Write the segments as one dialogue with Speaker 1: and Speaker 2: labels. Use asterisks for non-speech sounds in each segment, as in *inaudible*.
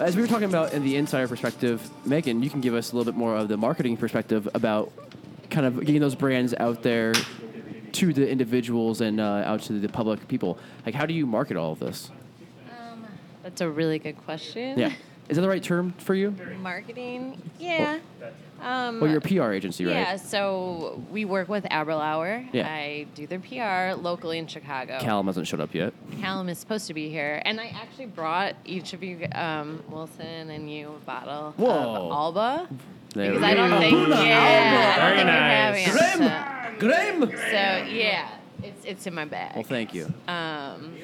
Speaker 1: as we were talking about in the insider perspective, Megan, you can give us a little bit more of the marketing perspective about kind of getting those brands out there to the individuals and uh, out to the public people. Like, how do you market all of
Speaker 2: *laughs*
Speaker 1: this?
Speaker 2: That's a really good question.
Speaker 1: Yeah. Is that the right term for you?
Speaker 2: Marketing, yeah.
Speaker 1: Well, you're a PR agency, right?
Speaker 2: Um, Yeah, so we work with Aberlour.
Speaker 1: Yeah.
Speaker 2: I do their PR locally in Chicago.
Speaker 1: Callum hasn't showed up yet.
Speaker 2: Callum is supposed to be here, and I actually brought each of you, um, Wilson and you, a bottle
Speaker 1: Whoa.
Speaker 2: of Alba
Speaker 1: There
Speaker 2: because
Speaker 1: we
Speaker 2: I
Speaker 1: go.
Speaker 2: don't think, yeah, I
Speaker 3: Very
Speaker 2: don't
Speaker 3: nice.
Speaker 2: think you're having it.
Speaker 1: Graham!
Speaker 2: So, so yeah, it's it's in my bag.
Speaker 1: Well, thank you.
Speaker 2: Um,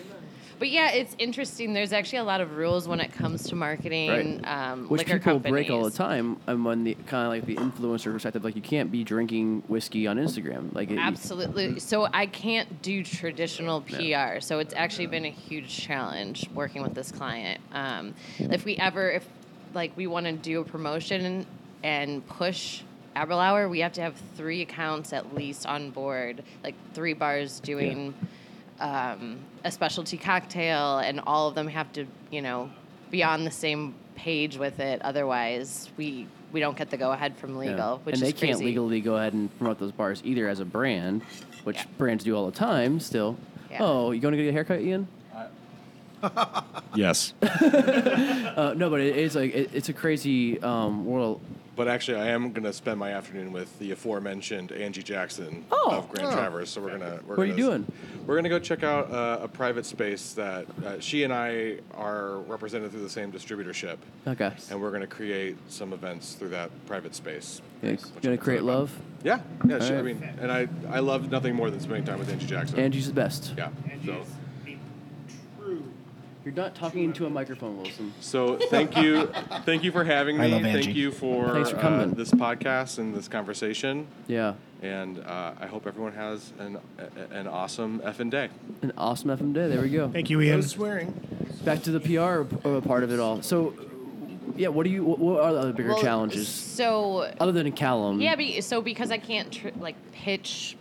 Speaker 2: but yeah, it's interesting. There's actually a lot of rules when it comes to marketing.
Speaker 1: Right.
Speaker 2: Um,
Speaker 1: Which
Speaker 2: liquor
Speaker 1: people
Speaker 2: companies.
Speaker 1: break all the time. I'm on the kind of like the influencer perspective. Like, you can't be drinking whiskey on Instagram. Like, it,
Speaker 2: Absolutely. So I can't do traditional PR. So it's actually been a huge challenge working with this client. Um, if we ever, if like we want to do a promotion and push Aberlour, we have to have three accounts at least on board, like three bars doing um, a specialty cocktail, and all of them have to, you know, be on the same page with it. Otherwise, we we don't get the go ahead from
Speaker 1: Yeah.
Speaker 2: legal, which
Speaker 1: and
Speaker 2: is
Speaker 1: they can't
Speaker 2: crazy.
Speaker 1: legally go ahead and promote those bars either as a brand, which
Speaker 2: Yeah.
Speaker 1: brands do all the time still.
Speaker 2: Yeah.
Speaker 1: Oh, you going to get a haircut, Ian?
Speaker 4: Yes.
Speaker 1: Uh, no, but it is like it, it's a crazy um, world.
Speaker 5: But actually, I am gonna spend my afternoon with the aforementioned Angie Jackson
Speaker 1: Oh.
Speaker 5: of Grand
Speaker 3: Oh.
Speaker 5: Traverse. So we're gonna. We're
Speaker 1: What are you
Speaker 5: gonna,
Speaker 1: doing?
Speaker 5: We're gonna go check out uh, a private space that uh, she and I are represented through the same distributorship,
Speaker 1: Okay,
Speaker 5: and we're gonna create some events through that private space.
Speaker 1: you
Speaker 5: Which I'm
Speaker 1: gonna create
Speaker 5: excited about.
Speaker 1: love?
Speaker 5: Yeah, yeah. She, I
Speaker 1: Alright.
Speaker 5: mean, and I, I love nothing more than spending time with Angie Jackson.
Speaker 1: Angie's the best.
Speaker 5: Yeah. So,
Speaker 1: You're not talking into a microphone, Wilson.
Speaker 5: so thank you, thank you for having me.
Speaker 4: I love
Speaker 5: thank
Speaker 4: Angie.
Speaker 5: you for,
Speaker 1: Thanks for
Speaker 5: uh,
Speaker 1: coming.
Speaker 5: this podcast and this conversation.
Speaker 1: Yeah,
Speaker 5: And uh, I hope everyone has an a- an awesome effing day.
Speaker 1: an awesome FM day. There we go.
Speaker 3: Thank you, Ian.
Speaker 5: swearing.
Speaker 1: Back to the PR p- uh, part of it all. So, yeah, what do you? What, what are the other bigger
Speaker 2: Well,
Speaker 1: challenges
Speaker 2: So
Speaker 1: other than Callum?
Speaker 2: yeah, but, so because I can't tr- like pitch,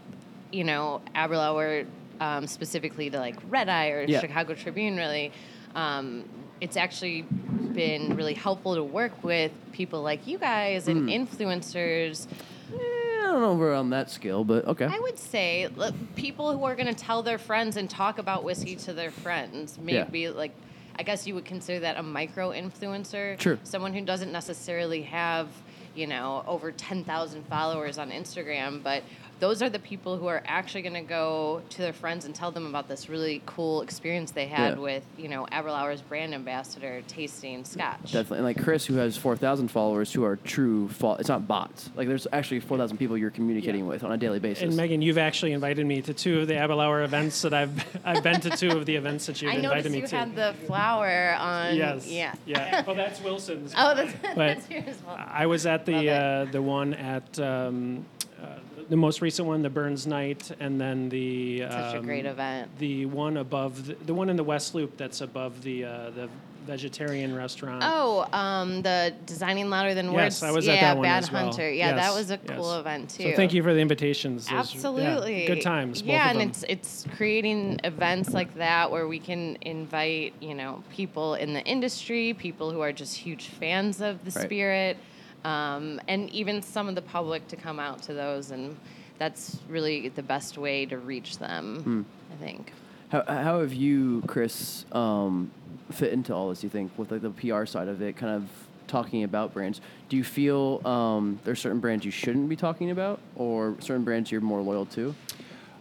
Speaker 2: you know, Aberlour um, specifically to like Red Eye or
Speaker 1: Yeah.
Speaker 2: Chicago Tribune, really. Um, it's actually been really helpful to work with people like you guys and influencers.
Speaker 1: Eh, I don't know if we're on that scale, but okay.
Speaker 2: I would say look, people who are going to tell their friends and talk about whiskey to their friends,
Speaker 1: Yeah.
Speaker 2: maybe like, I guess you would consider that a micro influencer.
Speaker 1: Sure.
Speaker 2: Someone who doesn't necessarily have, you know, over 10,000 followers on Instagram, but those are the people who are actually going to go to their friends and tell them about this really cool experience they had
Speaker 1: Yeah.
Speaker 2: with, you know, Aberlour's brand ambassador tasting scotch.
Speaker 1: Definitely. And like Chris, who has 4,000 followers who are true, fo- it's not bots. Like there's actually 4,000 people you're communicating with on a daily basis.
Speaker 3: And Megan, you've actually invited me to two of the Aberlour events that I've *laughs* I've been to two of the events that you've
Speaker 2: I
Speaker 3: invited
Speaker 2: noticed
Speaker 3: me
Speaker 2: you
Speaker 3: to.
Speaker 2: had the flower on.
Speaker 3: yes.
Speaker 2: Yeah.
Speaker 3: Yeah. Well, that's Wilson's.
Speaker 2: Oh, that's, *laughs*
Speaker 3: But-
Speaker 2: that's yours. Well,
Speaker 3: I was at
Speaker 2: Love
Speaker 3: the
Speaker 2: it.
Speaker 3: uh, the one at um, uh, the most recent one, the Burns Night, and then the
Speaker 2: Such a
Speaker 3: um,
Speaker 2: great event.
Speaker 3: The one above the, the one in the West Loop that's above the uh, the vegetarian restaurant.
Speaker 2: Oh, um, the designing louder than words.
Speaker 3: Yes, I was
Speaker 2: yeah,
Speaker 3: at that one
Speaker 2: Bad
Speaker 3: as well.
Speaker 2: Hunter. Yeah, that
Speaker 3: Yes,
Speaker 2: was a cool
Speaker 3: yes.
Speaker 2: event too.
Speaker 3: So thank you for the invitations. Those- yeah,
Speaker 2: Absolutely.
Speaker 3: good times. both
Speaker 2: Yeah,
Speaker 3: of
Speaker 2: and
Speaker 3: them.
Speaker 2: it's it's creating events like that where we can invite you know people in the industry, people who are just huge fans of the
Speaker 1: Right.
Speaker 2: spirit, um, and even some of the public to come out to those, and that's really the best way to reach
Speaker 1: Hmm.
Speaker 2: them. I think.
Speaker 1: How, how have you, Chris, um, fit into all this? Do you think with like the PR side of it, kind of talking about brands? Do you feel um, there's certain brands you shouldn't be talking about, or certain brands you're more loyal to?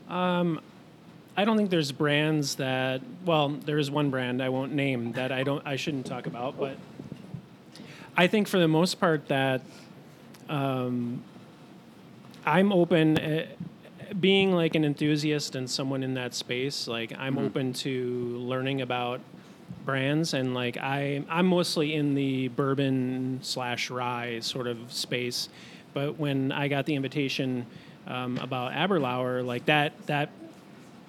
Speaker 3: I don't think there's brands that well, there is one brand I won't name that I don't I shouldn't talk about, but I think for the most part that um, I'm open uh, being like an enthusiast and someone in that space, like I'm open to learning about brands and like I I'm mostly in the bourbon slash rye sort of space, but when I got the invitation um, about Aberlour, like that that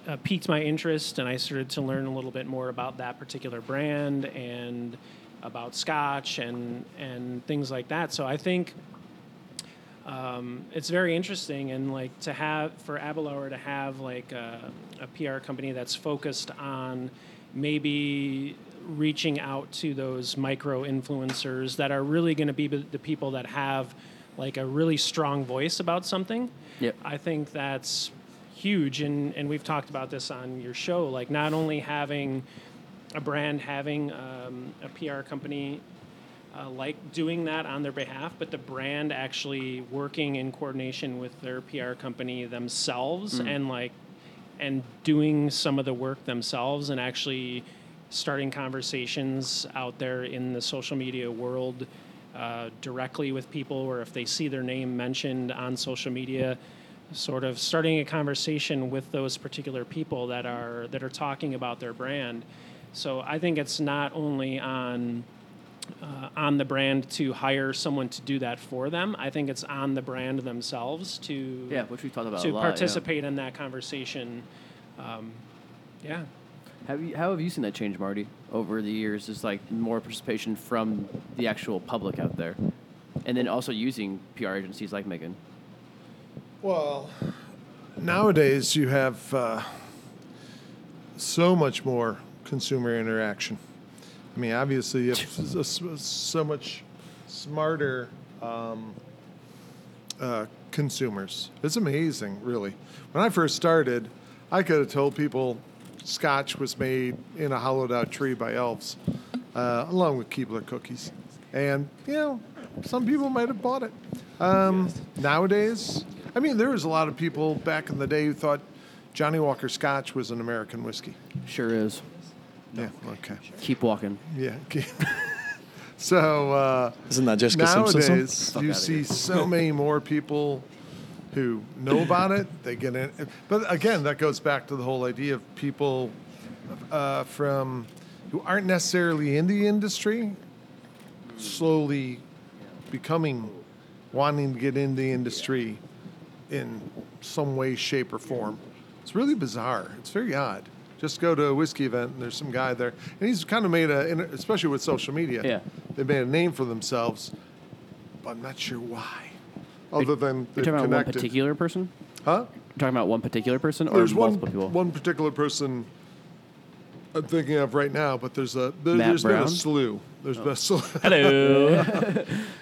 Speaker 3: uh, piqued my interest, and I started to learn a little bit more about that particular brand and about Scotch and and things like that. So I think um, it's very interesting, and like to have for Abelour to have like a, a PR company that's focused on maybe reaching out to those micro influencers that are really going to be the people that have like a really strong voice about something.
Speaker 1: Yep.
Speaker 3: I think that's huge and and we've talked about this on your show like not only having a brand having um, a PR company uh, like doing that on their behalf, but the brand actually working in coordination with their PR company themselves and like and doing some of the work themselves and actually starting conversations out there in the social media world uh, directly with people or if they see their name mentioned on social media sort of starting a conversation with those particular people that are that are talking about their brand so i think it's not only on uh, on the brand to hire someone to do that for them. I think it's on the brand themselves to
Speaker 1: Yeah, which we've talked about
Speaker 3: to
Speaker 1: a lot. yeah.
Speaker 3: participate in that conversation. Um, yeah,
Speaker 1: Have you, how have you seen that change, Marty, over the years? Just like more participation from the actual public out there, and then also using PR agencies like Megan.
Speaker 4: Well, nowadays you have uh, so much more consumer interaction. I mean, obviously, you have s- s- so much smarter um, uh, consumers. It's amazing, really. When I first started, I could have told people scotch was made in a hollowed out tree by elves, uh, along with Keebler cookies. And, you know, some people might have bought it. Um, nowadays, I mean, there was a lot of people back in the day who thought Johnny Walker scotch was an American whiskey.
Speaker 1: Sure is.
Speaker 4: yeah, okay.
Speaker 1: Keep walking.
Speaker 4: Yeah. okay. *laughs* so uh,
Speaker 6: Isn't that Jessica Simpson? song?
Speaker 4: nowadays,
Speaker 1: Fuck
Speaker 4: you
Speaker 1: outta
Speaker 4: see
Speaker 1: here. *laughs*
Speaker 4: so many more people who know about it. They get in, but again, that goes back to the whole idea of people uh, from who aren't necessarily in the industry slowly becoming wanting to get in the industry in some way, shape, or form. It's really bizarre. It's very odd. Just go to a whiskey event and there's some guy there, and he's kind of made a, and especially with social media.
Speaker 1: Yeah.
Speaker 4: they made a name for themselves, but I'm not sure why. Other than
Speaker 1: You're
Speaker 4: they're
Speaker 1: talking about one
Speaker 4: connected,
Speaker 1: particular person.
Speaker 4: huh?
Speaker 1: You're talking about one particular person, or
Speaker 4: There's one
Speaker 1: multiple people.
Speaker 4: one particular person I'm thinking of right now, but there's a there,
Speaker 1: Matt
Speaker 4: has been
Speaker 1: Brown? Oh.
Speaker 4: a slew.
Speaker 1: *laughs*
Speaker 4: There's been a slew.
Speaker 7: Hello.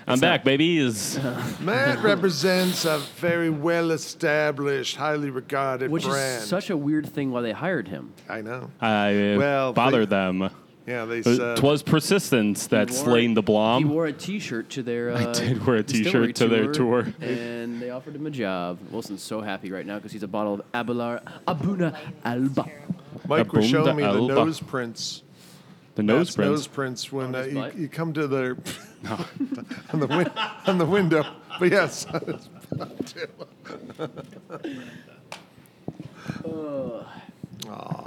Speaker 7: I'm back, baby. Is
Speaker 4: Matt represents a very well established, highly regarded
Speaker 1: which
Speaker 4: brand.
Speaker 1: is such a weird thing why they hired him.
Speaker 4: I know.
Speaker 7: I uh,
Speaker 4: Well,
Speaker 7: bother
Speaker 4: they-
Speaker 7: them. Uh,
Speaker 4: Yeah, they said.
Speaker 7: Twas persistence that
Speaker 1: He wore-
Speaker 7: slain the
Speaker 1: He
Speaker 7: Blom.
Speaker 1: wore a T-shirt to their. Uh,
Speaker 7: did wear a
Speaker 1: distillery
Speaker 7: T-shirt to their tour.
Speaker 1: and they offered him a job. Wilson's so happy right now because he's a bottle of Abelar Abuna Alba.
Speaker 4: Mike was showing me the
Speaker 7: Abunda
Speaker 4: nose prints.
Speaker 7: The nose
Speaker 4: Matt's
Speaker 7: print.
Speaker 4: Nose prints when uh,
Speaker 1: his
Speaker 4: you,
Speaker 1: butt?
Speaker 4: you come
Speaker 1: *laughs*
Speaker 4: to the *laughs* on the win- on the window. But yes,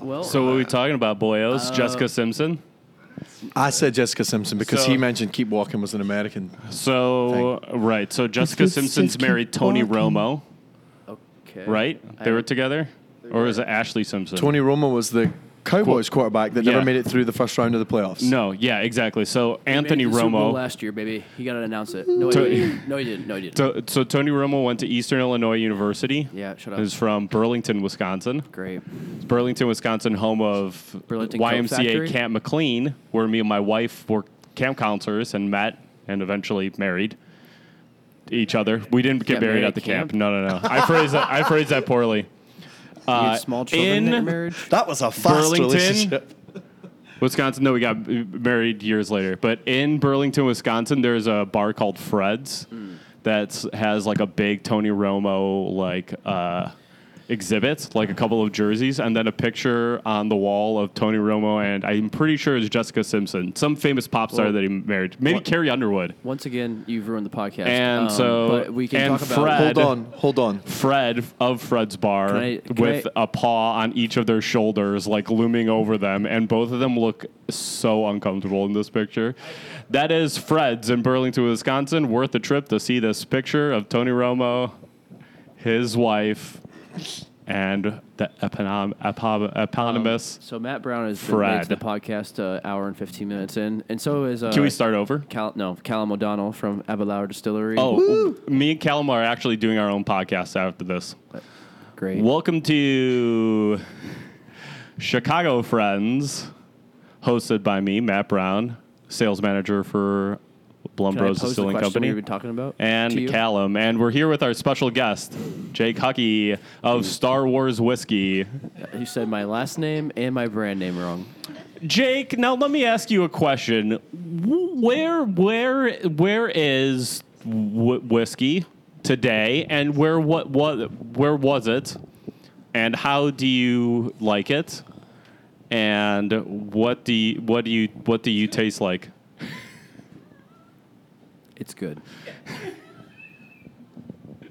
Speaker 1: Well,
Speaker 7: So what are we talking about, boyos? Jessica Simpson.
Speaker 6: I said Jessica Simpson because
Speaker 7: So-
Speaker 6: he mentioned Keep Walking was an American.
Speaker 7: So right. So Jessica
Speaker 6: Let's say
Speaker 7: Simpson's
Speaker 6: keep
Speaker 7: married Tony
Speaker 6: walking.
Speaker 7: Romo,
Speaker 1: okay.
Speaker 7: right?
Speaker 1: I-
Speaker 7: They were together, or is it Ashley Simpson?
Speaker 6: Tony Romo was the Cowboys quarterback that
Speaker 7: Yeah.
Speaker 6: never made it through the first round of the playoffs.
Speaker 7: No, yeah, exactly. So
Speaker 1: He made it
Speaker 7: Anthony
Speaker 1: to the Super Bowl
Speaker 7: Romo.
Speaker 1: last year, baby. He got to announce it. No, he
Speaker 7: Tony-
Speaker 1: didn't. No, he didn't. No, he didn't.
Speaker 7: So, so Tony Romo went to Eastern Illinois University.
Speaker 1: Yeah, shut up.
Speaker 7: Is from Burlington, Wisconsin.
Speaker 1: Great.
Speaker 7: Burlington, Wisconsin, home of
Speaker 1: Burlington Coat Factory?
Speaker 7: YMCA Camp McLean, where me and my wife were camp counselors and met and eventually married each other. We didn't get
Speaker 1: Got
Speaker 7: married
Speaker 1: married
Speaker 7: at the
Speaker 1: at
Speaker 7: camp.
Speaker 1: camp?
Speaker 7: No, no, no. I phrased that, I phrased that poorly.
Speaker 1: You
Speaker 7: Uh,
Speaker 1: had small children in,
Speaker 7: in-
Speaker 1: that marriage.
Speaker 6: That was a fast
Speaker 7: Burlington?
Speaker 6: relationship.
Speaker 7: Wisconsin. No, we got uh, married years later. But in Burlington, Wisconsin, there's a bar called Fred's that's has like a big Tony Romo like uh, exhibit, like a couple of jerseys, and then a picture on the wall of Tony Romo and I'm pretty sure it's Jessica Simpson, some famous pop star
Speaker 1: Well,
Speaker 7: that he married, maybe Carrie Underwood.
Speaker 1: Once again, you've ruined the podcast. Um,
Speaker 7: And so-
Speaker 1: but we can
Speaker 7: and
Speaker 1: talk about.
Speaker 7: Fred-
Speaker 6: Hold on, hold on.
Speaker 7: Fred of Fred's Bar
Speaker 1: Can I- can
Speaker 7: with
Speaker 1: I-
Speaker 7: a paw on each of their shoulders, like looming over them, and both of them look so uncomfortable in this picture. That is Fred's in Burlington, Wisconsin. Worth the trip to see this picture of Tony Romo, his wife, and the eponym, epo- eponymous.
Speaker 1: So Matt Brown is
Speaker 7: Fred.
Speaker 1: Fred. the podcast uh, hour and fifteen minutes in, and so is. Uh,
Speaker 7: Can we start over?
Speaker 1: Cal- no, Callum O'Donnell from Abelauer Distillery.
Speaker 7: Oh, me and Callum are actually doing our own podcast after this.
Speaker 1: great.
Speaker 7: Welcome to Chicago Friends hosted by me, Matt Brown, sales manager for
Speaker 1: Can I
Speaker 7: Blumbrose
Speaker 1: pose the
Speaker 7: Distilling
Speaker 1: question
Speaker 7: Company
Speaker 1: we've been talking about?
Speaker 7: and
Speaker 1: to you?
Speaker 7: Callum, and we're here with our special guest, Jake Huckey of Star Wars Whiskey.
Speaker 1: You said my last name and my brand name wrong.
Speaker 7: Jake, now let me ask you a question. Wh- Where, where, where is wh- whiskey today, and where what what where was it, and how do you like it, and what do you, what do you what do you taste like?
Speaker 1: It's good.
Speaker 7: *laughs*
Speaker 1: Is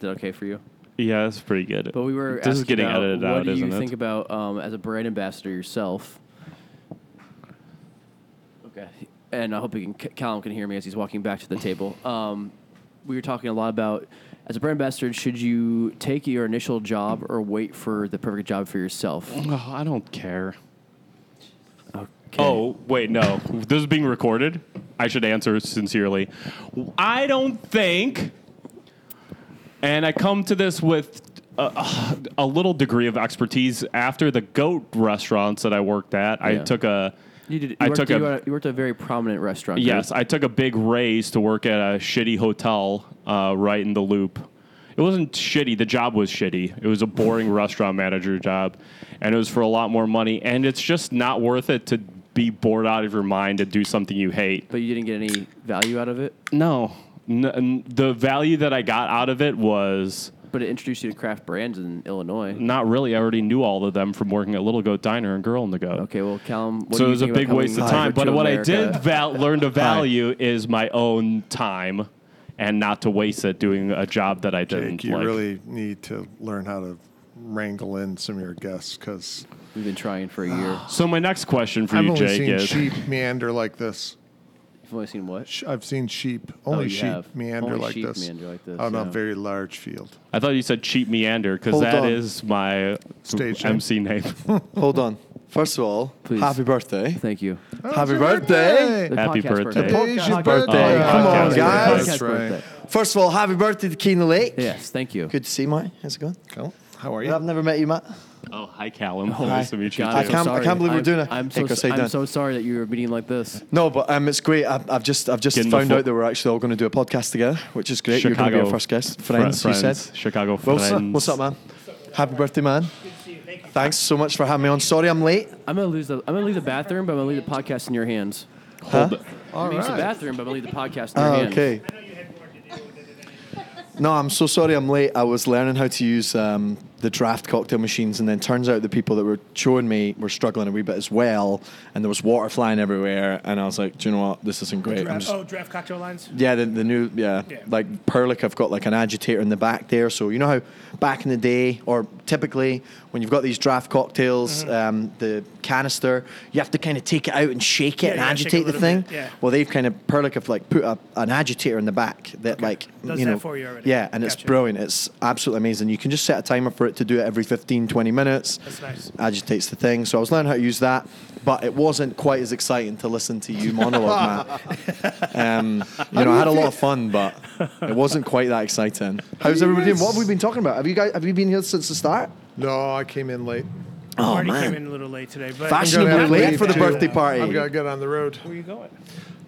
Speaker 1: that okay for you?
Speaker 7: Yeah, that's pretty good.
Speaker 1: But we were.
Speaker 7: This is
Speaker 1: asking
Speaker 7: getting
Speaker 1: about
Speaker 7: edited
Speaker 1: what
Speaker 7: out,
Speaker 1: do
Speaker 7: isn't
Speaker 1: you
Speaker 7: it?
Speaker 1: think about um, as a brand ambassador yourself? Okay, and I hope you can, C- Callum can hear me as he's walking back to the *laughs* table. Um, we were talking a lot about as a brand ambassador, should you take your initial job or wait for the perfect job for yourself?
Speaker 7: Oh, I don't care.
Speaker 1: Okay.
Speaker 7: Oh, wait, no. this is being recorded. I should answer sincerely. I don't think, and I come to this with a, a little degree of expertise after the goat restaurants that I worked at. I
Speaker 1: Yeah.
Speaker 7: took a.
Speaker 1: you did. You
Speaker 7: I
Speaker 1: worked,
Speaker 7: took
Speaker 1: you
Speaker 7: a-
Speaker 1: were at- you worked at a very prominent restaurant. correct?
Speaker 7: Yes, I took a big raise to work at a shitty hotel uh, right in the loop. It wasn't shitty. The job was shitty. It was a boring restaurant manager job, and it was for a lot more money. And it's just not worth it to be bored out of your mind to do something you hate.
Speaker 1: but you didn't get any value out of it.
Speaker 7: No, N- n- the value that I got out of it was
Speaker 1: But it introduced you to craft brands in Illinois.
Speaker 7: not really. I already knew all of them from working at Little Goat Diner and Girl in the Goat.
Speaker 1: Okay, well, Callum. What do
Speaker 7: so it
Speaker 1: you
Speaker 7: was a
Speaker 1: think about
Speaker 7: big waste
Speaker 1: coming
Speaker 7: of
Speaker 1: over
Speaker 7: time. But
Speaker 1: to
Speaker 7: what I
Speaker 1: America?
Speaker 7: did
Speaker 1: *laughs*
Speaker 7: val- learn to value is my own time and not to waste it doing a job that I didn't
Speaker 4: Jake, you
Speaker 7: like.
Speaker 4: really need to learn how to wrangle in some of your guests because
Speaker 1: We've been trying for a year.
Speaker 7: *sighs*
Speaker 1: *sighs*
Speaker 7: so my next question for
Speaker 4: I've
Speaker 7: you,
Speaker 4: only
Speaker 7: Jake,
Speaker 4: seen
Speaker 7: is
Speaker 4: sheep meander like this.
Speaker 1: You've only seen what?
Speaker 4: Sh- I've seen sheep, only
Speaker 1: Oh, you
Speaker 4: sheep
Speaker 1: have.
Speaker 4: meander
Speaker 1: Only
Speaker 4: like
Speaker 1: sheep
Speaker 4: this
Speaker 1: meander like this,
Speaker 4: on
Speaker 1: yeah.
Speaker 4: a very large field.
Speaker 7: I thought you said cheap meander because
Speaker 6: Hold
Speaker 7: that
Speaker 6: on.
Speaker 7: is my
Speaker 4: Stage name.
Speaker 7: MC name.
Speaker 6: Hold on. First of all,
Speaker 1: Please.
Speaker 6: happy birthday.
Speaker 1: Thank you.
Speaker 6: happy birthday.
Speaker 1: *laughs* The
Speaker 7: Happy
Speaker 1: podcast
Speaker 7: birthday.
Speaker 1: birthday.
Speaker 4: Today's your
Speaker 1: Podcast
Speaker 4: birthday.
Speaker 7: birthday.
Speaker 6: Come on,
Speaker 1: Podcast
Speaker 6: guys.
Speaker 1: birthday.
Speaker 4: That's right.
Speaker 1: Podcast birthday.
Speaker 6: First of all, happy birthday to Keena Lake.
Speaker 1: Yes, thank you.
Speaker 6: Good to see you, Mike. How's it going?
Speaker 4: Cool. How are
Speaker 6: I've
Speaker 4: you?
Speaker 6: never met you, Matt.
Speaker 7: oh, hi, Callum. Nice to meet you.
Speaker 1: God,
Speaker 6: I
Speaker 1: I'm
Speaker 7: too.
Speaker 1: so
Speaker 6: can't- I
Speaker 1: sorry.
Speaker 6: can't believe we're
Speaker 1: I'm-
Speaker 6: doing it.
Speaker 1: I'm
Speaker 6: Hey,
Speaker 1: so,
Speaker 6: Chris, how you
Speaker 1: I'm
Speaker 6: doing?
Speaker 1: so sorry that you were meeting like this.
Speaker 6: No, but um, it's great. I've, I've just I've just
Speaker 7: Getting the
Speaker 6: found
Speaker 7: full-
Speaker 6: out that we're actually all going to do a podcast together, which is great. You're going to be our first guest,
Speaker 7: fr-
Speaker 6: friends. You
Speaker 7: friends.
Speaker 6: said.
Speaker 7: Chicago
Speaker 6: Wilson,
Speaker 7: friends.
Speaker 6: what's up, man? Happy birthday, man. Thanks so much for having me on. Sorry I'm late.
Speaker 1: I'm gonna lose the. I'm gonna leave the bathroom, but I'm gonna leave the podcast in your hands.
Speaker 6: Huh?
Speaker 4: All
Speaker 1: I'm gonna use the
Speaker 4: right.
Speaker 1: bathroom, but I'm gonna leave the podcast in your
Speaker 6: Ah,
Speaker 1: hands.
Speaker 6: okay. No, I'm so sorry I'm late. I was learning how to use um, the draft cocktail machines, and then turns out the people that were showing me were struggling a wee bit as well, and there was water flying everywhere. And I was like, do you know what? This isn't great. I'm
Speaker 8: Draft,
Speaker 6: just-
Speaker 8: oh, draft cocktail lines.
Speaker 6: Yeah, the, the new yeah,
Speaker 8: Yeah.
Speaker 6: like Perlick. I've got like an agitator in the back there. So you know how back in the day, or typically when you've got these draft cocktails,
Speaker 8: Mm-hmm.
Speaker 6: um, the canister, you have to kind of take it out and shake it
Speaker 8: Yeah,
Speaker 6: and
Speaker 8: you gotta shake
Speaker 6: agitate
Speaker 8: it a
Speaker 6: the
Speaker 8: little
Speaker 6: thing.
Speaker 8: bit, yeah.
Speaker 6: Well, they've kind of Perlick have like put up an agitator in the back that like
Speaker 8: Does
Speaker 6: you know
Speaker 8: that for you already.
Speaker 6: yeah, and it's
Speaker 8: Gotcha.
Speaker 6: brilliant. It's absolutely amazing. You can just set a timer for it to do it every 15, 20 minutes.
Speaker 8: That's nice.
Speaker 6: Agitates the thing. So I was learning how to use that, but it wasn't quite as exciting to listen to you monologue,
Speaker 8: *laughs*
Speaker 6: Matt. *laughs* Um, you know, I had a lot of fun, but it wasn't quite that exciting. How's everybody doing? What have we been talking about? Have you guys? Have you been here since the start?
Speaker 4: No, I came in late.
Speaker 6: Oh
Speaker 8: Marty
Speaker 6: man,
Speaker 8: came in a little late today, but
Speaker 6: fashionably
Speaker 4: I'm gonna
Speaker 6: late
Speaker 4: leave
Speaker 6: for the
Speaker 4: too.
Speaker 6: birthday
Speaker 4: I've
Speaker 6: party.
Speaker 4: got to get on the road.
Speaker 8: Where you going?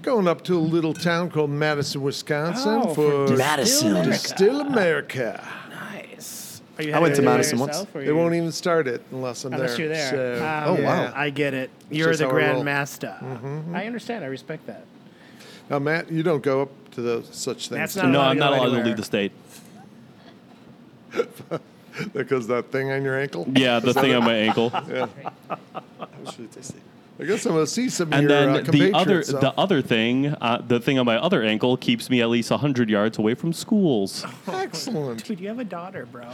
Speaker 4: Going up to a little town called Madison, Wisconsin
Speaker 8: Oh, for
Speaker 4: for
Speaker 6: Madison.
Speaker 4: Still America.
Speaker 8: Nice. Are you
Speaker 6: I went to
Speaker 8: headed over there
Speaker 6: Madison once.
Speaker 8: yourself, or
Speaker 4: They
Speaker 8: you-
Speaker 4: won't even start it unless I'm
Speaker 8: Unless
Speaker 4: there.
Speaker 8: you're there.
Speaker 4: So-
Speaker 8: Ah,
Speaker 6: Oh,
Speaker 8: yeah,
Speaker 6: wow.
Speaker 8: I get it. You're
Speaker 4: just
Speaker 8: the
Speaker 4: how I roll.
Speaker 8: Grand Master.
Speaker 6: Mm-hmm.
Speaker 8: I understand. I respect that.
Speaker 4: now, Matt, you don't go up to those such things
Speaker 8: That's not-
Speaker 7: no,
Speaker 8: allowed
Speaker 7: I'm
Speaker 8: to
Speaker 7: not
Speaker 8: go
Speaker 7: allowed to
Speaker 8: anywhere.
Speaker 7: leave the state.
Speaker 4: because that thing on your ankle.
Speaker 7: Yeah, the thing on my
Speaker 1: *laughs*
Speaker 7: ankle.
Speaker 4: I guess I'm gonna see some
Speaker 7: and
Speaker 4: of your
Speaker 7: then
Speaker 4: uh,
Speaker 7: the other
Speaker 4: compatriots,
Speaker 7: the other thing, uh, the thing on my other ankle keeps me at least hundred yards away from schools.
Speaker 4: so. excellent.
Speaker 8: Dude, you have a daughter, bro.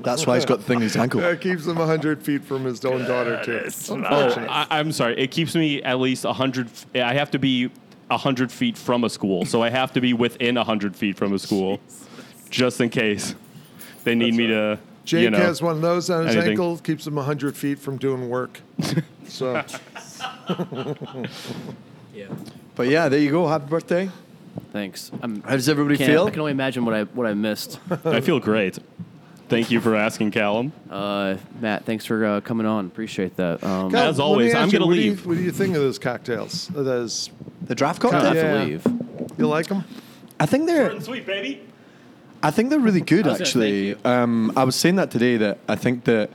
Speaker 6: That's why he's got the thing in his ankle.
Speaker 4: That keeps him hundred feet from his own daughter too.
Speaker 7: Oh,
Speaker 4: Unfortunate.
Speaker 7: I, I'm sorry. It keeps me at least 100. f- I have to be 100 feet from a school. So I have to be within 100 feet from a school just in case they need me to,
Speaker 4: Jake
Speaker 7: you know.
Speaker 4: has one of those on his
Speaker 7: anything.
Speaker 4: ankle. Keeps him hundred feet from doing
Speaker 7: *laughs*
Speaker 4: work. so
Speaker 6: But yeah, there you go. Happy birthday.
Speaker 1: Thanks. I'm,
Speaker 6: How does everybody
Speaker 1: can't-
Speaker 6: feel?
Speaker 1: I can only imagine what I what I missed.
Speaker 7: I feel great. Thank you for asking, Callum.
Speaker 1: Uh, Matt, thanks for uh, coming on. Appreciate that. Um,
Speaker 4: Kyle,
Speaker 7: As
Speaker 4: let me
Speaker 7: always,
Speaker 4: ask
Speaker 7: I'm
Speaker 4: you,
Speaker 7: gonna
Speaker 4: what do you-
Speaker 7: leave.
Speaker 4: what do you think of those cocktails? Uh, Those,
Speaker 6: The draft cocktail.
Speaker 1: have to
Speaker 4: Yeah.
Speaker 1: leave.
Speaker 4: you like them?
Speaker 6: I think they're
Speaker 7: Sweet baby.
Speaker 6: I think they're really good,
Speaker 9: I was gonna
Speaker 6: actually.
Speaker 9: thank
Speaker 6: Um, I was saying that today that I think that,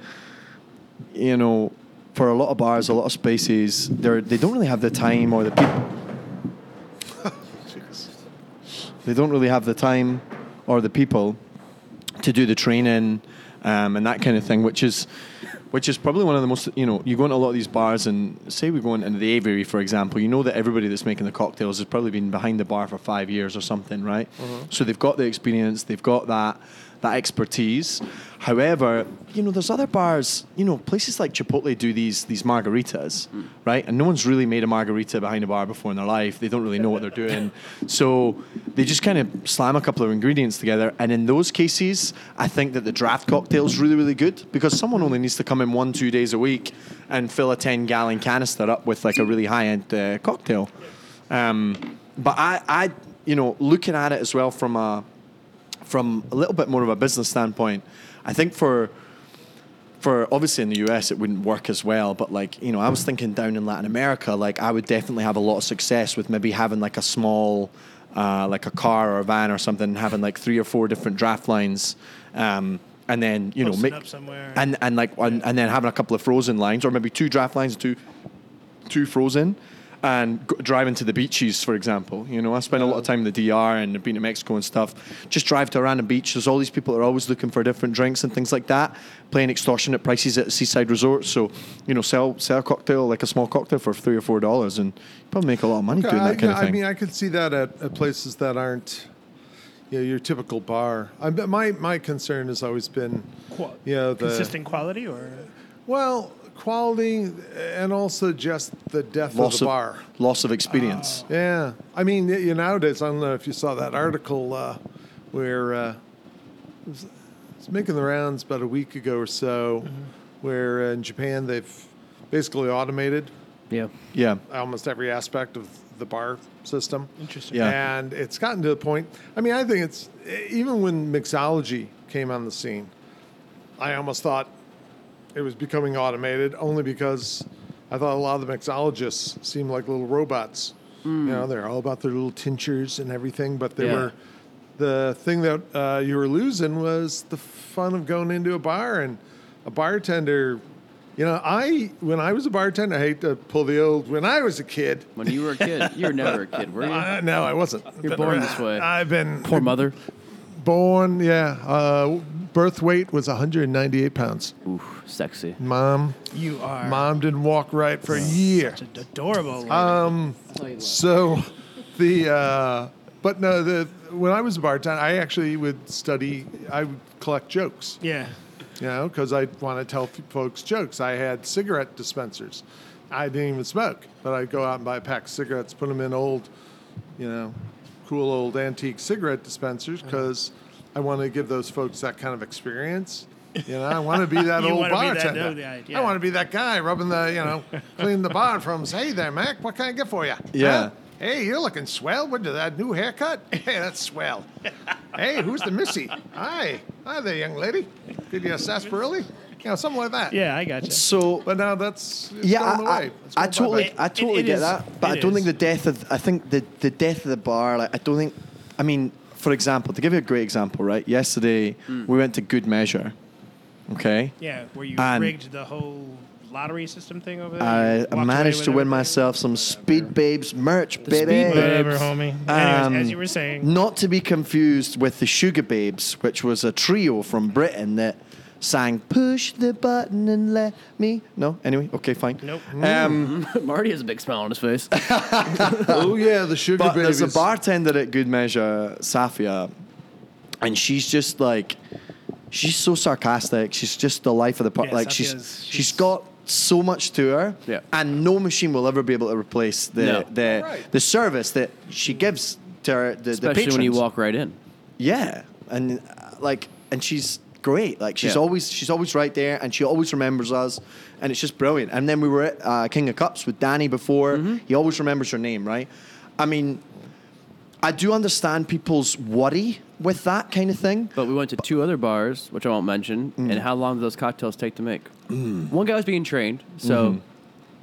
Speaker 6: you know, for a lot of bars, a lot of spaces, they're, they don't really have the time or the people. they don't really have the time or the people to do the training um, and that kind of thing, which is which is probably one of the most you know you go into a lot of these bars and say we go into the Avery for example, you know that everybody that's making the cocktails has probably been behind the bar for five years or something, right? So they've got the experience, they've got that that expertise. However, you know there's other bars, you know places like Chipotle do these these margaritas, right? And no one's really made a margarita behind a bar before in their life. They don't really know what they're doing, so they just kind of slam a couple of ingredients together. And in those cases, I think that the draft cocktail's really really good because someone only needs to come in one two days a week and fill a ten gallon canister up with like a really high end uh, cocktail. Um, but I I you know looking at it as well from a from a little bit more of a business standpoint, I think for for obviously in the US it wouldn't work as well, but like you know, I was thinking down in Latin America, like I would definitely have a lot of success with maybe having like a small, uh, like a car or a van or something, having like three or four different draft lines, um, and then you know
Speaker 8: Posting
Speaker 6: make
Speaker 8: up somewhere.
Speaker 6: and and like and, and then having a couple of frozen lines or maybe two draft lines, two too frozen and g- driving to the beaches, for example. You know, I spend a lot of time in the DR and I've been to Mexico and stuff. Just drive to a random beach. There's all these people that are always looking for different drinks and things like that, playing extortionate prices at seaside resorts. So, you know, sell sell a cocktail, like a small cocktail for three or four dollars and you probably make a lot of money doing
Speaker 4: I,
Speaker 6: that kind
Speaker 4: I
Speaker 6: of thing.
Speaker 4: mean, I could see that at, at places that aren't, you know, your typical bar. I, but my my concern has always been,
Speaker 8: Qua-
Speaker 4: you know, the
Speaker 8: consistent quality or
Speaker 4: well quality and also just the death of
Speaker 6: loss
Speaker 4: the bar.
Speaker 6: loss of experience.
Speaker 4: Yeah, I mean, y- you nowadays, I don't know if you saw that article uh, where uh, it was- it's making the rounds about a week ago or so,
Speaker 6: Mm-hmm.
Speaker 4: where uh, in Japan they've basically automated
Speaker 1: Yeah.
Speaker 4: Ah.
Speaker 6: yeah.
Speaker 4: almost every aspect of the bar system.
Speaker 8: Interesting.
Speaker 6: Yeah.
Speaker 4: And it's gotten to the point. I mean, I think it's even when mixology came on the scene, I almost thought it was becoming automated only because I thought a lot of the mixologists seemed like little robots. You know, they're all about their little tinctures and everything, but they
Speaker 1: Hmm. Yeah.
Speaker 4: were the thing that uh, you were losing was the fun of going into a bar and a bartender. You know, I when I was a bartender, I hate to pull the old. When I was a kid,
Speaker 1: When you were a kid, you were never a kid, were you?
Speaker 6: *laughs*
Speaker 4: uh, no, I wasn't.
Speaker 1: Mm-hmm. You're born this way.
Speaker 4: I've been
Speaker 1: Poor mother.
Speaker 4: born. Yeah, uh, birth weight was 198 pounds.
Speaker 1: Ooh, sexy.
Speaker 4: Mom,
Speaker 8: You are
Speaker 4: mom didn't walk right for a year.
Speaker 8: such an adorable.
Speaker 6: Uh,
Speaker 4: So, the uh, but no, the when I was a bartender, I actually would study. I would collect jokes.
Speaker 8: yeah.
Speaker 4: you know, because I want to tell f- folks jokes. I had cigarette dispensers. I didn't even smoke, but I'd go out and buy a pack of cigarettes, put them in old, you know, cool old antique cigarette dispensers
Speaker 8: Uh-huh.
Speaker 4: because I want to give those folks that kind of experience. You
Speaker 8: *laughs*
Speaker 4: know, I want to be that
Speaker 8: You
Speaker 4: old
Speaker 8: wanna be that
Speaker 4: bartender.
Speaker 8: dude, right,
Speaker 4: I
Speaker 8: yeah.
Speaker 4: want to be that guy rubbing the, you know, cleaning the bar from. Hey there, Mac. What can I get for you?
Speaker 6: Yeah.
Speaker 4: Hey, you're looking swell. What did that new haircut? *laughs* Hey, that's swell. Hey, who's the missy? Hi. Hi there, young lady. Did you sarsaparilla? You know, something like that.
Speaker 8: Yeah, I got you.
Speaker 6: So
Speaker 4: But now that's it's
Speaker 6: yeah,
Speaker 4: going
Speaker 6: I, I,
Speaker 4: away. It's
Speaker 6: I
Speaker 4: going
Speaker 6: totally, *laughs*
Speaker 4: bye-bye.
Speaker 6: I totally
Speaker 8: it
Speaker 6: get
Speaker 8: is.
Speaker 6: that, but
Speaker 8: It
Speaker 6: I don't
Speaker 8: is.
Speaker 6: think the death of, I think the the death of the bar. Like, I don't think. I mean, for example, to give you a great example, right? Yesterday
Speaker 8: Mm.
Speaker 6: we went to Good Measure. Okay.
Speaker 8: Yeah, where you
Speaker 6: And-
Speaker 8: rigged the whole lottery system thing over there. You
Speaker 6: I
Speaker 8: walked
Speaker 6: I
Speaker 8: away
Speaker 6: managed
Speaker 8: with
Speaker 6: to win
Speaker 8: everything?
Speaker 6: myself some Speed Babes merch, baby.
Speaker 1: Speed Babes.
Speaker 8: Whatever, homie. Anyways,
Speaker 6: Um,
Speaker 8: as you were saying,
Speaker 6: Not to be confused with the Sugar Babes, which was a trio from Britain that sang "Push the button and let me." No, anyway, okay, fine.
Speaker 8: Nope.
Speaker 6: Um,
Speaker 1: *laughs* Marty has a big smile on his face.
Speaker 4: Oh yeah, the sugar
Speaker 6: But
Speaker 4: babies.
Speaker 6: there's a bartender at Good Measure, Safia, and she's just like, she's so sarcastic. She's just the life of the party.
Speaker 8: Yeah,
Speaker 6: like
Speaker 8: Safia's-
Speaker 6: she's,
Speaker 8: she's-
Speaker 6: she's got so much to her,
Speaker 1: Yeah.
Speaker 6: and no machine will ever be able to replace the
Speaker 1: No.
Speaker 6: the,
Speaker 4: Right.
Speaker 6: the service that she gives to her, the, the
Speaker 1: Especially
Speaker 6: patrons.
Speaker 1: when you walk right in.
Speaker 6: Yeah, and uh, like, and she's great. Like she's
Speaker 1: Yeah.
Speaker 6: always she's always right there, and she always remembers us, and it's just brilliant. And then we were at uh, King of Cups with Danny before. He always remembers her name, right? I mean, I do understand people's worry with that kind of thing.
Speaker 1: But we went to two other bars, which I won't mention. And how long do those cocktails take to make? One guy was being trained, so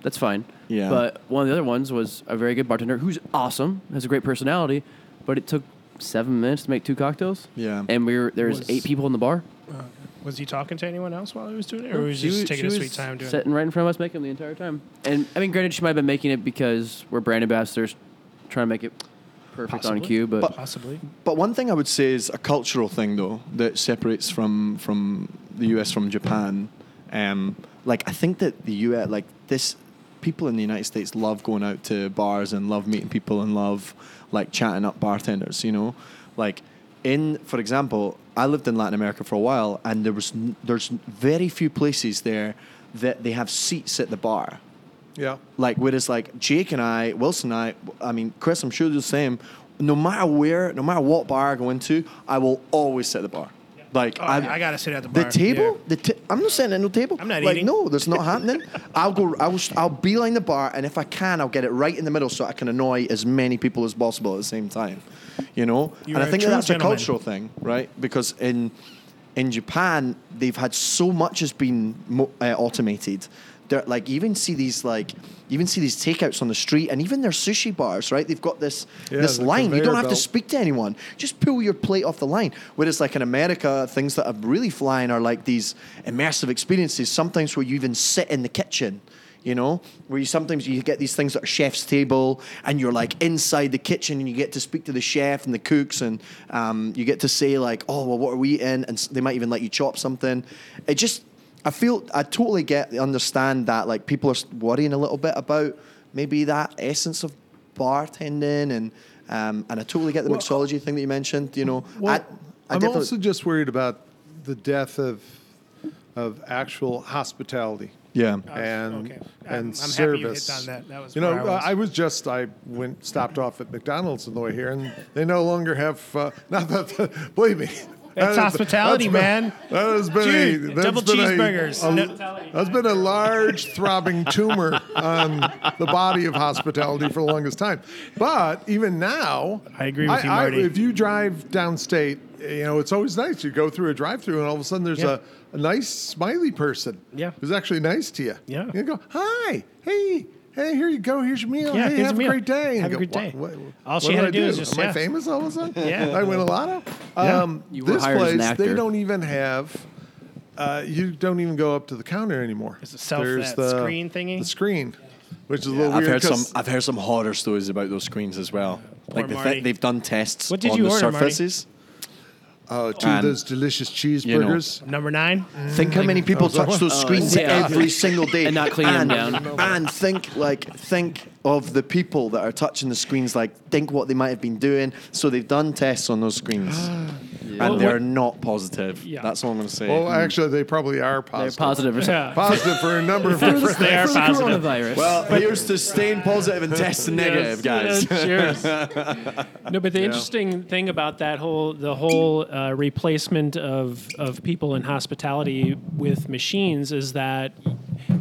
Speaker 1: that's fine.
Speaker 6: Yeah.
Speaker 1: But one of the other ones was a very good bartender who's awesome, has a great personality, but it took seven minutes to make two cocktails.
Speaker 6: Yeah.
Speaker 1: And we were there was,
Speaker 8: Was-
Speaker 1: eight people in the bar.
Speaker 8: Was he talking to anyone else while he was doing it, or was he
Speaker 1: She
Speaker 8: just
Speaker 1: was-
Speaker 8: taking
Speaker 1: she
Speaker 8: his
Speaker 1: was
Speaker 8: sweet time doing it?
Speaker 1: Sitting right in front of us, making them the entire time. And I mean, granted, she might have been making it because we're brand ambassadors, trying to make it perfect
Speaker 8: Possibly.
Speaker 1: on cue. But,
Speaker 6: But-
Speaker 8: Possibly.
Speaker 6: But one thing I would say is a cultural thing, though, that separates from from the US from Japan. Um, like I think that the US, like this, people in the United States love going out to bars and love meeting people and love like chatting up bartenders. You know, like in for example, I lived in Latin America for a while, and there was n- there's very few places there that they have seats at the bar.
Speaker 4: Yeah.
Speaker 6: Like whereas like Jake and I, Wilson and I, I mean Chris, I'm sure you're the same. No matter where, no matter what bar I go into, I will always sit at the bar. Like
Speaker 8: Oh, yeah, I gotta sit at the
Speaker 6: The
Speaker 8: bar.
Speaker 6: table,
Speaker 8: Yeah.
Speaker 6: the t- I'm not sitting at no table.
Speaker 8: I'm not
Speaker 6: like,
Speaker 8: eating.
Speaker 6: No, that's not happening. I'll go. I will. I'll beeline the bar, and if I can, I'll get it right in the middle so I can annoy as many people as possible at the same time. You know,
Speaker 8: You
Speaker 6: and
Speaker 8: are
Speaker 6: I
Speaker 8: a
Speaker 6: think that
Speaker 8: true
Speaker 6: that's a
Speaker 8: gentleman.
Speaker 6: cultural thing, right? Because in in Japan, they've had so much has been mo- uh, automated. They're, like you even see these like you even see these takeouts on the street, and even their sushi bars, right? They've got this
Speaker 4: Yeah,
Speaker 6: this
Speaker 4: the
Speaker 6: line. You
Speaker 4: conveyor
Speaker 6: don't have to
Speaker 4: belt.
Speaker 6: speak to anyone. Just pull your plate off the line. Whereas like in America, things that are really flying are like these immersive experiences. Sometimes where you even sit in the kitchen. You know, where you sometimes you get these things that are chef's table, and you're like inside the kitchen, and you get to speak to the chef and the cooks, and um, you get to say like, "Oh, well, what are we eating?" And s- they might even let you chop something. It just, I feel, I totally get, understand that like people are s- worrying a little bit about maybe that essence of bartending and um, and I totally get the mixology thing that you mentioned. You know,
Speaker 4: Well,
Speaker 6: I, I
Speaker 4: I'm
Speaker 6: definitely
Speaker 4: also just worried about the death of of actual hospitality.
Speaker 6: yeah.
Speaker 4: and
Speaker 8: okay. I'm- I'm
Speaker 4: and
Speaker 8: happy you hit
Speaker 4: service.
Speaker 8: on that. That was
Speaker 4: you know
Speaker 8: where I was.
Speaker 4: I was just I went stopped off at McDonald's on the way here, and they no longer have. Uh, *laughs* not that believe me.
Speaker 8: That's
Speaker 4: that has-
Speaker 8: hospitality,
Speaker 4: been-
Speaker 8: man.
Speaker 4: That has been
Speaker 8: Dude,
Speaker 4: a, that's
Speaker 8: double
Speaker 4: been a-
Speaker 8: cheeseburgers.
Speaker 4: a-
Speaker 8: No-
Speaker 4: that's been a large throbbing tumor on the body of hospitality for the longest time. But even now,
Speaker 8: I agree with you, Marty.
Speaker 4: if you drive downstate, you know it's always nice. You go through a drive-through, and all of a sudden there's
Speaker 8: Yeah.
Speaker 4: a, a nice smiley person.
Speaker 8: Yeah.
Speaker 4: who's actually nice to you.
Speaker 8: Yeah.
Speaker 4: You go, hi, hey, hey, here you go. Here's your meal.
Speaker 8: Yeah,
Speaker 4: hey,
Speaker 8: here's
Speaker 4: have a
Speaker 8: a meal.
Speaker 4: great day.
Speaker 8: Have a
Speaker 4: you
Speaker 8: great day. All
Speaker 4: what
Speaker 8: she
Speaker 4: do
Speaker 8: had to
Speaker 4: I
Speaker 8: do is just-
Speaker 4: Am
Speaker 8: yeah.
Speaker 4: I famous all of a sudden?
Speaker 8: *laughs* Yeah.
Speaker 4: I win a lotto?
Speaker 8: Yeah.
Speaker 4: Um,
Speaker 1: You were
Speaker 4: this
Speaker 1: hired as
Speaker 4: place,
Speaker 1: an
Speaker 4: they
Speaker 1: actor.
Speaker 4: don't even have... Uh, you don't even go up to the counter anymore.
Speaker 8: It's a self- that screen thingy?
Speaker 4: The screen, which is a little
Speaker 6: I've
Speaker 4: weird.
Speaker 6: heard
Speaker 4: 'cause-
Speaker 6: some. I've heard some horror stories about those screens as well.
Speaker 8: Poor
Speaker 6: Like the
Speaker 8: Marty.
Speaker 6: th- they've done tests
Speaker 8: What did
Speaker 6: on
Speaker 8: you
Speaker 6: the
Speaker 8: order, Marty?
Speaker 6: surfaces.
Speaker 4: Oh, two of
Speaker 6: And,
Speaker 4: those delicious cheeseburgers.
Speaker 6: you know,
Speaker 8: Number nine.
Speaker 6: Think how many people touch those screens
Speaker 1: Oh, yeah. *laughs*
Speaker 6: every single day
Speaker 1: And not clean them
Speaker 6: And- And think like think of the people that are touching the screens. Like think what they might have been doing. So they've done tests on those screens, and they're not positive.
Speaker 8: Yeah.
Speaker 6: That's all I'm going to say.
Speaker 4: Well, actually, they probably
Speaker 1: they're
Speaker 4: are positive.
Speaker 1: positive.
Speaker 8: *laughs*
Speaker 1: or something.
Speaker 8: Yeah.
Speaker 4: Positive for a number of different
Speaker 8: They are
Speaker 1: For the
Speaker 8: positive.
Speaker 1: coronavirus.
Speaker 6: Well, here's to staying positive and testing negative, guys.
Speaker 3: Yes, cheers.
Speaker 6: *laughs*
Speaker 3: no, but the interesting thing about that whole the whole uh, replacement of of people in hospitality with machines is that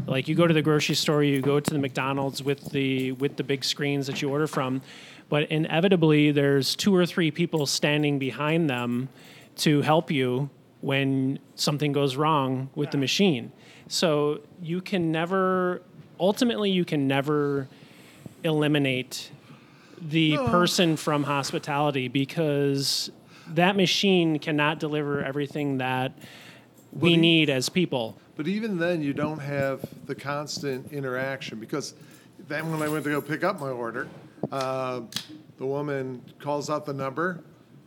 Speaker 3: like you go to the grocery store, you go to the McDonald's with the with the big screens that you order from, but inevitably there's two or three people standing behind them to help you when something goes wrong with the machine. So you can never ultimately you can never eliminate the person from hospitality because that machine cannot deliver everything that we
Speaker 4: he-
Speaker 3: need as people.
Speaker 4: But even then, you don't have the constant interaction because then when I went to go pick up my order, uh, the woman calls out the number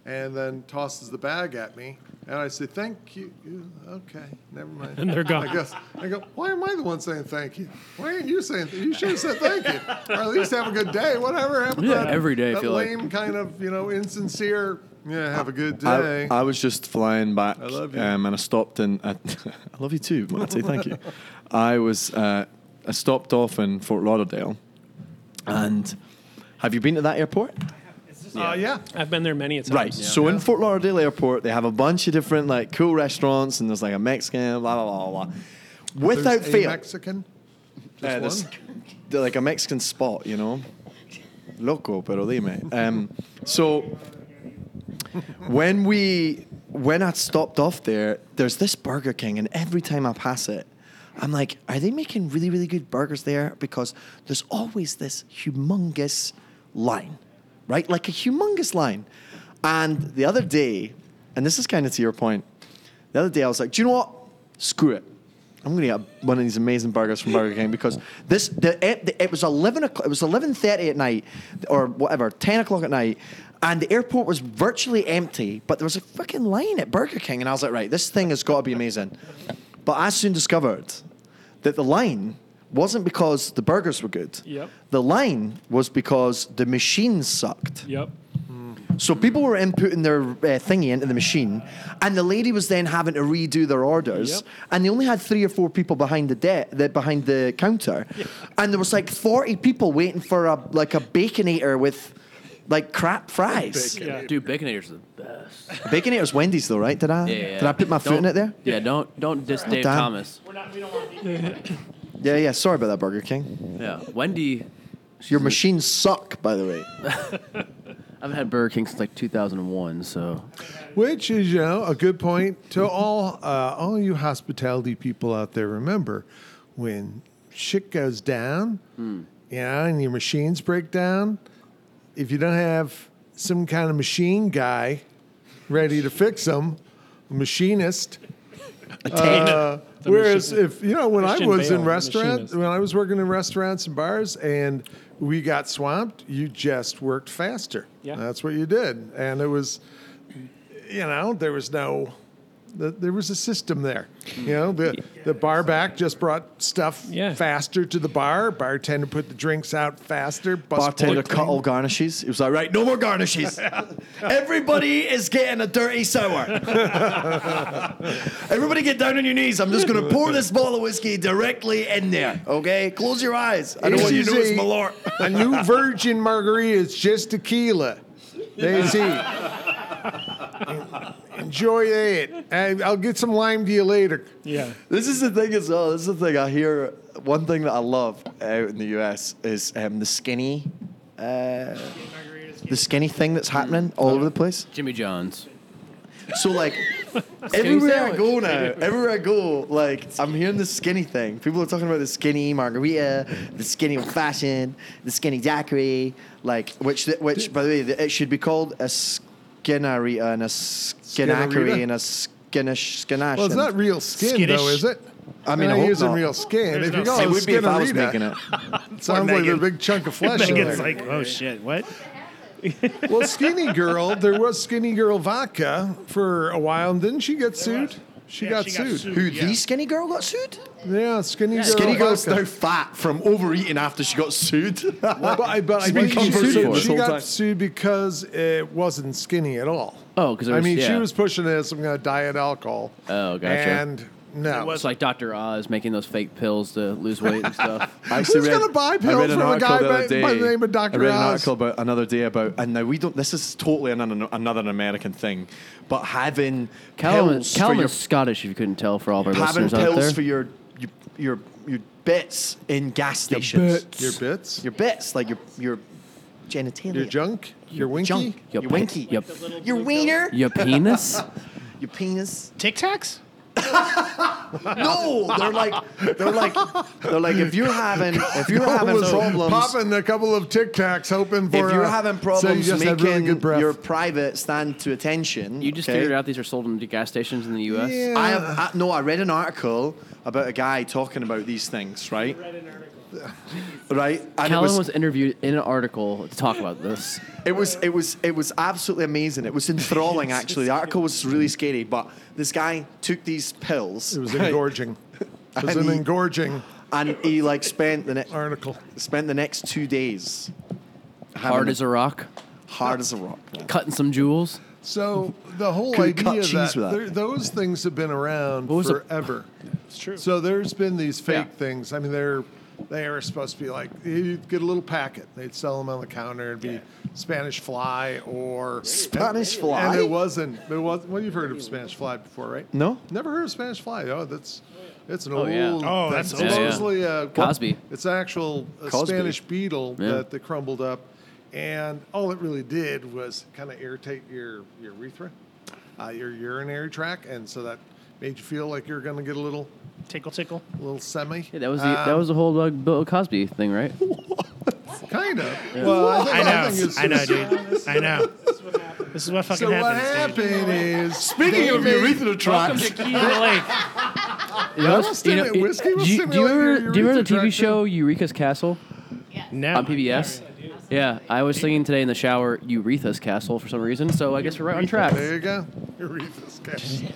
Speaker 4: and then tosses the bag at me. And I say, thank you. You- Okay, never mind. And
Speaker 3: they're gone.
Speaker 4: I guess I go, why am I the one saying thank you? Why aren't you saying You should have said thank you. Or at least have a good day, whatever. Have
Speaker 1: Yeah,
Speaker 4: that,
Speaker 1: every day I
Speaker 4: that
Speaker 1: feel like.
Speaker 4: lame kind of, you know, insincere, yeah, have a good
Speaker 6: I,
Speaker 4: day.
Speaker 6: I was just flying back. I
Speaker 4: love you.
Speaker 6: Um, and I stopped in. *laughs* I, I love you too, Marty. Thank you. I was. Uh, I stopped off in Fort Lauderdale, and have you been to that airport?
Speaker 4: Uh, yeah.
Speaker 3: I've been there many a times.
Speaker 6: Right. So in Fort Lauderdale Airport, they have a bunch of different like cool restaurants, and there's like a Mexican, blah blah blah blah. blah.
Speaker 4: There's
Speaker 6: Without
Speaker 4: a
Speaker 6: fail,
Speaker 4: Mexican.
Speaker 6: uh,
Speaker 4: Just
Speaker 6: this- they're like a Mexican spot, you know. loco, pero dime. Um, so when we when I stopped off there, there's this Burger King, and every time I pass it, I'm like, are they making really really good burgers there? Because there's always this humongous line, right? Like a humongous line. And the other day, and this is kind of to your point, the other day I was like, do you know what? Screw it. I'm gonna get one of these amazing burgers from Burger King because this the, it, the- it was eleven o'clock, it was eleven thirty at night or whatever ten o'clock at night, and the airport was virtually empty, but there was a fucking line at Burger King, and I was like, right, this thing has got to be amazing. But I soon discovered that the line wasn't because the burgers were good.
Speaker 3: Yep.
Speaker 6: The line was because the machines sucked.
Speaker 3: Yep.
Speaker 6: So people were inputting their uh, thingy into the machine, and the lady was then having to redo their orders,
Speaker 3: Yep.
Speaker 6: and they only had three or four people behind the de- the, behind the counter, and there was like forty people waiting for a like a baconator with like crap fries.
Speaker 4: Bacon.
Speaker 3: Yeah.
Speaker 1: Dude, Baconator's the best.
Speaker 6: Baconator's Wendy's though, right? Did I
Speaker 1: Yeah, yeah,
Speaker 6: did I put my foot in
Speaker 1: Don't-
Speaker 6: it there?
Speaker 1: Yeah, don't don't diss Dave
Speaker 6: damn.
Speaker 1: Thomas.
Speaker 6: Yeah, yeah. Sorry about that, Burger King.
Speaker 1: Yeah, Wendy.
Speaker 6: Your machines suck, by the way.
Speaker 1: I haven't had Burger King since like 2001, so
Speaker 4: Which is, you know, a good point to all uh, all you hospitality people out there. Remember, when shit goes down, you know, and your machines break down, if you don't have some kind of machine guy ready to fix them, a machinist. Uh, whereas if you know when I
Speaker 3: Christian
Speaker 4: was
Speaker 3: Bale,
Speaker 4: in
Speaker 3: the
Speaker 4: restaurants,
Speaker 3: machinist.
Speaker 4: when I was working in restaurants and bars, and we got swamped, you just worked faster.
Speaker 3: Yeah.
Speaker 4: that's what you did, and it was you know, there was no, th there was a system there. You know, the, the bar back just brought stuff
Speaker 3: Yeah.
Speaker 4: faster to the bar. Bartender put the drinks out faster. bus boy
Speaker 6: Bartender cut all garnishes. He was like, right, no more
Speaker 4: *laughs*
Speaker 6: garnishes. Everybody is getting a dirty sour. Everybody get down on your knees. I'm just going to pour this bottle of whiskey directly in there. Okay? Clean.
Speaker 8: your eyes.
Speaker 6: I don't want you to
Speaker 4: Easy.
Speaker 6: notice my lord.
Speaker 4: A new virgin margarita is just tequila. There's he. Enjoy it. I- I'll get some lime to you later.
Speaker 8: *laughs*
Speaker 3: Yeah.
Speaker 6: This is the thing as well. This is the thing I hear. One thing that I love out in the US is um, the skinny. Uh, the skinny thing that's happening all over the place.
Speaker 1: Jimmy John's.
Speaker 6: So like everywhere I
Speaker 1: sandwich.
Speaker 6: go now, *laughs* everywhere I go, like I'm hearing the skinny thing. People are talking about the skinny margarita, the skinny old fashioned, the skinny daiquiri, like which th- which by the way, th- it should be called a skinnerita and a skinnaquary
Speaker 4: Skinnerita?
Speaker 6: and a skinnish skinash.
Speaker 4: Well, it's not
Speaker 6: and-
Speaker 4: real skin, though,
Speaker 8: Skittish.
Speaker 4: is it?
Speaker 6: I mean,
Speaker 4: They're
Speaker 6: I
Speaker 4: not
Speaker 6: hope
Speaker 4: using
Speaker 6: not.
Speaker 4: real skin.
Speaker 8: There's
Speaker 4: If
Speaker 8: no
Speaker 4: you call
Speaker 8: skin.
Speaker 6: It
Speaker 4: it
Speaker 6: would be if I was
Speaker 4: skinnerita, *laughs*
Speaker 6: making it.
Speaker 4: sounds like a
Speaker 8: Megan.
Speaker 4: big chunk of flesh. in
Speaker 8: Megan's
Speaker 4: there.
Speaker 8: like, oh shit, what?
Speaker 4: Well, Skinny Girl, there was Skinny Girl vodka for a while, and didn't she get sued? She,
Speaker 8: Yeah,
Speaker 4: got,
Speaker 8: she got
Speaker 4: sued.
Speaker 8: sued.
Speaker 6: Who
Speaker 8: Yeah.
Speaker 6: the skinny girl got sued?
Speaker 4: Yeah, Skinny Girl.
Speaker 6: Skinny girl's
Speaker 4: vodka.
Speaker 6: now fat from overeating after she got sued. *laughs*
Speaker 4: But I, but I
Speaker 6: It's been
Speaker 4: think she,
Speaker 6: controversial
Speaker 4: sued,
Speaker 6: this
Speaker 4: she
Speaker 6: whole
Speaker 4: got
Speaker 6: time.
Speaker 4: sued because it wasn't skinny at all.
Speaker 1: Oh, 'cause it
Speaker 4: I
Speaker 1: was-
Speaker 4: mean, she
Speaker 1: yeah.
Speaker 4: was pushing it as some kind of diet alcohol.
Speaker 1: Oh, gotcha.
Speaker 4: And no,
Speaker 1: It's like Dr. Oz making those fake pills to lose weight and stuff.
Speaker 6: I
Speaker 4: Who's gonna buy pills from a guy by- by the name of Dr.
Speaker 6: I read an
Speaker 4: Oz?
Speaker 6: article about another day about, and now we don't. This is totally an, an- another American thing, but having
Speaker 1: Callum,
Speaker 6: *laughs* pills
Speaker 1: is- Callum
Speaker 6: for your
Speaker 1: is Scottish, if you couldn't tell for all of our
Speaker 6: having
Speaker 1: listeners out there.
Speaker 6: pills for your your your, your bits in gas stations.
Speaker 4: your bits,
Speaker 6: Your bits, like your your genitalia.
Speaker 4: your junk, your winky. *laughs*
Speaker 6: Junk.
Speaker 1: Your
Speaker 6: Your,
Speaker 1: pit-
Speaker 6: winky.
Speaker 1: your-
Speaker 6: your wiener.
Speaker 1: *laughs* Your
Speaker 6: *laughs*
Speaker 1: penis?
Speaker 6: Your penis.
Speaker 8: TikToks?
Speaker 6: No, they're like they're like they're like if you're having if you're having
Speaker 4: was
Speaker 6: problems.
Speaker 4: popping a couple of Tic Tacs, hoping for.
Speaker 6: if you're
Speaker 4: a-
Speaker 6: having
Speaker 4: so you
Speaker 6: problems
Speaker 4: just had
Speaker 6: making
Speaker 4: really good breath.
Speaker 6: your private stand to attention,
Speaker 1: You just
Speaker 6: okay?
Speaker 1: figured out these are sold in gas stations in the U.S.?
Speaker 4: Yeah.
Speaker 6: I have I, no. I read an article about a guy talking about these things, right? *laughs* Right, and it
Speaker 1: Callum
Speaker 6: was,
Speaker 1: was, interviewed in an article to talk about this.
Speaker 6: it was it was it was absolutely amazing. It
Speaker 1: *laughs*
Speaker 6: was enthralling, actually. The article was really scary, but this guy took these pills
Speaker 4: it was
Speaker 6: *laughs*
Speaker 4: engorging. It was
Speaker 6: And
Speaker 4: an
Speaker 6: he-
Speaker 4: engorging
Speaker 6: and he like spent the ne-
Speaker 4: article.
Speaker 6: spent the next two days having
Speaker 1: Hard
Speaker 6: it
Speaker 1: as a rock,
Speaker 6: hard as a rock. man.
Speaker 1: cutting some jewels.
Speaker 4: So the whole
Speaker 6: Could
Speaker 4: idea
Speaker 6: cut
Speaker 4: that,
Speaker 6: cheese with that.
Speaker 4: there- those things have been around
Speaker 1: was the-
Speaker 4: forever.
Speaker 8: It's true.
Speaker 4: So there's been these fake
Speaker 6: Yeah.
Speaker 4: things. I mean, they're they are supposed to be like you'd get a little packet. They'd sell them on the counter. It'd be Spanish fly or
Speaker 6: Spanish
Speaker 4: and-
Speaker 6: fly?
Speaker 4: And it wasn't. It was. Well, you've heard of Spanish fly before, right?
Speaker 6: No.
Speaker 4: Never heard of Spanish fly. Oh, that's it's an
Speaker 1: Oh,
Speaker 4: old.
Speaker 1: yeah.
Speaker 8: Oh, that's
Speaker 4: it's
Speaker 1: old.
Speaker 4: mostly a
Speaker 1: Cosby.
Speaker 4: It's an actual uh,
Speaker 6: Cosby.
Speaker 4: Spanish beetle
Speaker 1: Yeah.
Speaker 4: that they crumbled up. and all it really did was kind of irritate your, your urethra, uh, your urinary tract, and so that made you feel like you're going to get a little
Speaker 8: Tickle, tickle.
Speaker 4: little semi.
Speaker 1: Yeah, that was the,
Speaker 6: Um,
Speaker 1: that was the whole uh, Bill Cosby thing, right?
Speaker 4: kind of. Well, I, think,
Speaker 8: I know.
Speaker 4: think it's
Speaker 8: I know,
Speaker 4: just-
Speaker 8: dude. I know. This is what fucking
Speaker 4: So what
Speaker 8: happens. dude.
Speaker 4: happened is
Speaker 6: Speaking
Speaker 4: they
Speaker 6: of
Speaker 4: made-
Speaker 6: urethral
Speaker 8: Welcome
Speaker 6: tracts,
Speaker 8: to Key to the Lake.
Speaker 1: Yes, you know,
Speaker 4: stimulate-
Speaker 1: it-
Speaker 4: whiskey will
Speaker 1: do, you- do you
Speaker 4: stimulate your
Speaker 1: ever do you remember the TV
Speaker 4: urethra tract
Speaker 1: show Eureka's Castle
Speaker 8: No.
Speaker 1: on PBS? Yeah, I was singing today in the shower Eureka's Castle for some reason, so I guess we're right on track.
Speaker 4: There you go. Urethra's castle.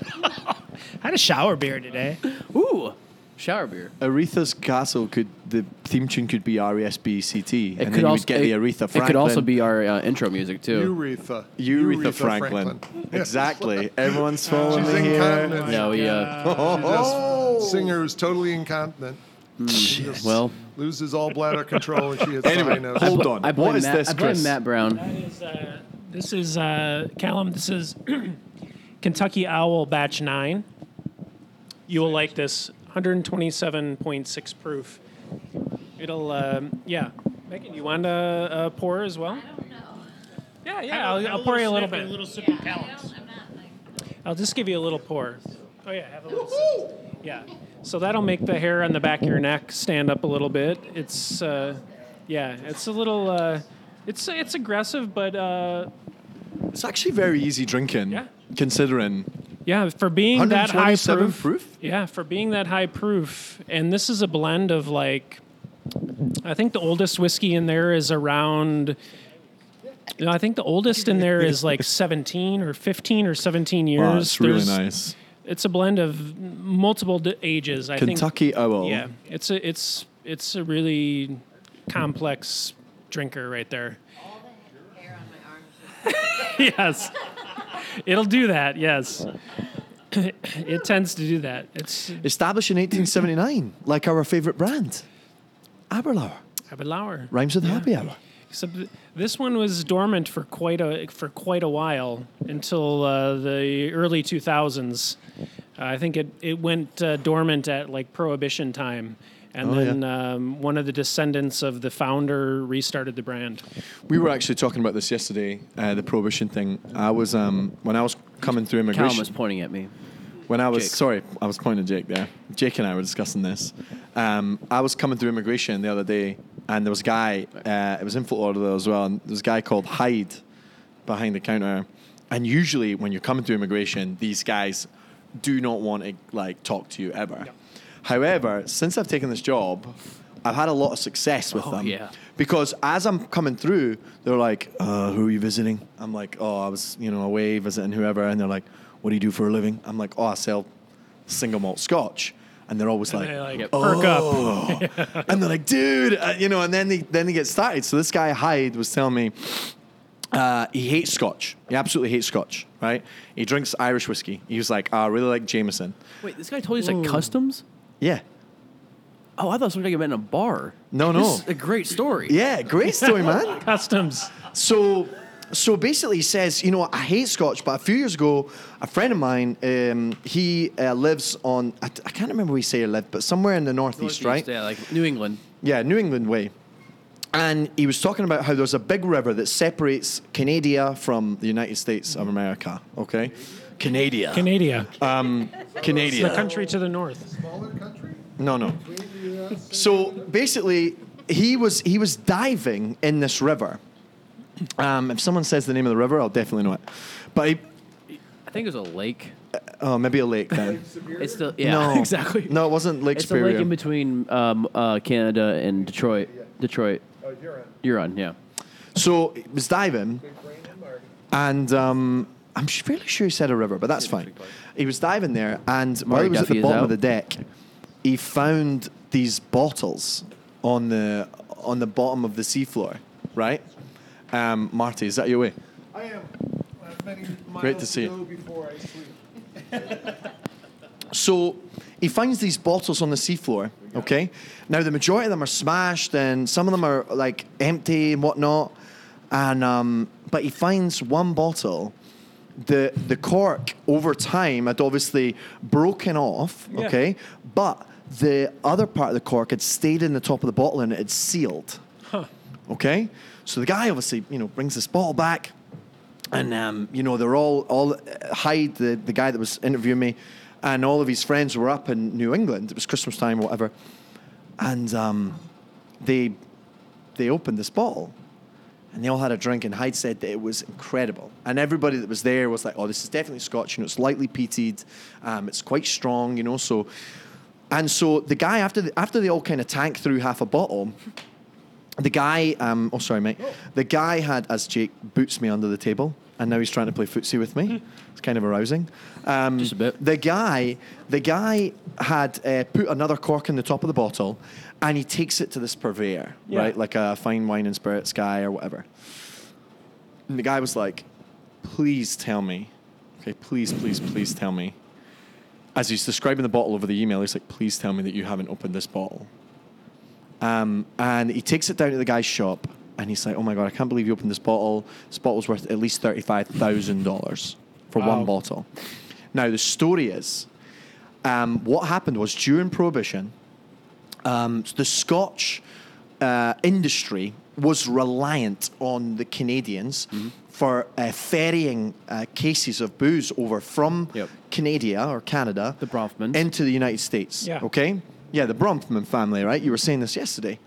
Speaker 8: I had a shower beer today.
Speaker 1: Ooh, shower beer.
Speaker 6: Aretha's Castle could the theme tune could be R E S B C T, and then you would get the Aretha Franklin.
Speaker 1: It could also be our uh, intro music too.
Speaker 4: Urethra.
Speaker 6: Aretha Franklin.
Speaker 4: Yeah. *laughs*
Speaker 6: *laughs* Exactly. Everyone's following
Speaker 4: She's
Speaker 6: me here.
Speaker 4: incontinent.
Speaker 1: Yeah, we uh,
Speaker 6: Oh.
Speaker 4: This singer who's totally incontinent.
Speaker 6: Hmm.
Speaker 1: well,
Speaker 4: Loses all bladder control and she has
Speaker 6: Anyway,
Speaker 4: high nose.
Speaker 6: hold
Speaker 1: bl-
Speaker 6: on.
Speaker 1: I blame
Speaker 6: What is
Speaker 1: Matt,
Speaker 6: this,
Speaker 1: I blame
Speaker 6: Chris?
Speaker 1: Matt Brown.
Speaker 3: That is, uh, this is uh, Callum. This is *clears throat* Kentucky Owl Batch Nine. You will like this 127.6 proof. It'll, um, yeah. Megan, you want to uh, pour as well? Yeah, yeah. I'll, I'll pour you a little bit. I'll just give you a little pour. Oh yeah, have a little. sip. Yeah. So that'll make the hair on the back of your neck stand up a little bit. It's uh, yeah, it's a little uh, it's it's aggressive, but uh,
Speaker 6: It's actually very easy drinking,
Speaker 3: Yeah.
Speaker 6: considering
Speaker 3: yeah, for being that high
Speaker 6: 127
Speaker 3: proof,
Speaker 6: proof.
Speaker 3: Yeah, for being that high proof, and this is a blend of like, I think the oldest whiskey in there is around. You know, I think the oldest in there is
Speaker 6: *laughs*
Speaker 3: like 17 or 15 or 17 years.
Speaker 6: Wow, Oh, it's really
Speaker 3: There's-
Speaker 6: nice.
Speaker 3: It's a blend of multiple d- ages. I think
Speaker 6: Kentucky Owl.
Speaker 3: Yeah, it's a it's it's a really complex drinker right there. *laughs* yes, it'll do that. Yes, *coughs* it tends to do that. It's
Speaker 6: Established
Speaker 3: *clears throat*
Speaker 6: in 1879, like our favorite brand, Aberlour.
Speaker 3: Abelauer.
Speaker 6: Rhymes with happy hour.
Speaker 3: Except th- this one was dormant for quite a for quite a while until uh, the early 2000s. Uh, I think it it went uh, dormant at like Prohibition time. And
Speaker 6: Oh, yeah.
Speaker 3: then um, one of the descendants of the founder restarted the brand.
Speaker 6: We were actually talking about this yesterday, uh, the prohibition thing. I was um, when I was coming through
Speaker 1: Callum
Speaker 6: immigration.
Speaker 1: was pointing at me.
Speaker 6: when I was
Speaker 1: Jake.
Speaker 6: sorry, I was pointing at Jake there. Jake and I were discussing this. Um, I was coming through immigration the other day, and there was a guy. Uh, it was in Fort Lauderdale as well, and there was a guy called Hyde behind the counter. And usually, when you're coming through immigration, these guys do not want to like talk to you ever. However, since I've taken this job, I've had a lot of success with them.
Speaker 1: Oh, yeah.
Speaker 6: Because as I'm coming through, they're like, uh, "Who are you visiting?" I'm like, "Oh, I was, you know, away visiting whoever," and they're like, "What do you do for a living?" I'm like, "Oh, I sell single malt scotch," and they're always like, "Oh."
Speaker 3: They like
Speaker 1: Yep.
Speaker 3: perk up. *laughs*
Speaker 6: and they're like, "Dude," uh, you know, and then they then they get started. So this guy Hyde was telling me uh, he hates Scotch. He absolutely hates Scotch. Right? He drinks Irish whiskey. He was like, "Oh, "I really like Jameson."
Speaker 1: Wait, this guy told you it's like customs.
Speaker 6: Yeah,
Speaker 1: Oh, I thought somebody got met in a bar.
Speaker 6: No,
Speaker 1: This
Speaker 6: no.
Speaker 1: is a great story.
Speaker 6: yeah, great story, man.
Speaker 3: Customs.
Speaker 6: So, so basically, he says, you know, I hate Scotch, but a few years ago, a friend of mine, um, he uh, lives on, I, I can't remember where he say he lived, but somewhere in the northeast, right?
Speaker 1: Yeah, like New England.
Speaker 6: Yeah, New England way. And he was talking about how there's a big river that separates Canada from the United States of America. Okay, Canada,
Speaker 3: Canada. The
Speaker 6: Canada.
Speaker 3: country to the north.
Speaker 6: No, no. So basically, he was he was diving in this river. Um, if someone says the name of the river, I'll definitely know it. But he,
Speaker 1: I think it was a lake.
Speaker 6: Oh, maybe a lake then.
Speaker 1: It's the yeah, *laughs*
Speaker 6: no,
Speaker 1: exactly.
Speaker 6: No, it wasn't Lake
Speaker 1: It's
Speaker 6: Superior.
Speaker 1: a lake in between um, uh, Canada and Detroit. Detroit.
Speaker 4: Oh, you're on.
Speaker 1: Huron, yeah.
Speaker 6: so it was diving, and um, I'm sh- fairly sure he said a river, but that's fine. He was diving there, and while he was
Speaker 1: Duffy
Speaker 6: at the
Speaker 1: is
Speaker 6: bottom
Speaker 1: out.
Speaker 6: of the deck, he found these bottles on the on the bottom of the seafloor. Right, um, Marty, is that your way?
Speaker 4: I am. I have many miles
Speaker 6: Great to see you.
Speaker 4: go before I sleep.
Speaker 6: So he finds these bottles on the seafloor. Okay. Now the majority of them are smashed, and some of them are like empty and whatnot. And um, but he finds one bottle. The the cork over time had obviously broken off.
Speaker 3: Yeah.
Speaker 6: Okay, but the other part of the cork had stayed in the top of the bottle and it had sealed. Okay, so the guy obviously you know brings this ball back, and um, you know they're all all uh, Hyde, the, the guy that was interviewing me, and all of his friends were up in New England. It was Christmas time, whatever, and um, they they opened this bottle, and they all had a drink. And Hyde said that it was incredible, and everybody that was there was like, "Oh, this is definitely Scotch. You know, it's lightly peated, um, it's quite strong. You know, so." And so the guy after the, after they all kind of tank through half a bottle, the guy, um, oh sorry, mate. The guy had, as Jake boots me under the table, and now he's trying to play footsie
Speaker 1: *laughs*
Speaker 6: with me. it's kind of arousing. Um,
Speaker 1: Just a bit.
Speaker 6: The guy, the guy had uh, put another cork in the top of the bottle, and he takes it to this purveyor,
Speaker 3: Yeah.
Speaker 6: right, like a fine wine and spirits guy or whatever. And the guy was like, "Please tell me, okay, please, please, please tell me." As he's describing the bottle over the email, he's like, "Please tell me that you haven't opened this bottle." Um, and he takes it down to the guy's shop and he's like, oh my God, I can't believe you opened this bottle. This bottle's worth at least $35,000 for one bottle. Now, the story is um, what happened was during Prohibition, um, the Scotch uh, industry was reliant on the Canadians
Speaker 1: Mm-hmm.
Speaker 6: for uh, ferrying uh, cases of booze over from
Speaker 1: Yep.
Speaker 6: Canada or Canada
Speaker 1: The Bronfmans.
Speaker 6: into the United States.
Speaker 3: Yeah.
Speaker 6: Okay. Yeah, the Bronfman family, right? You were saying this yesterday.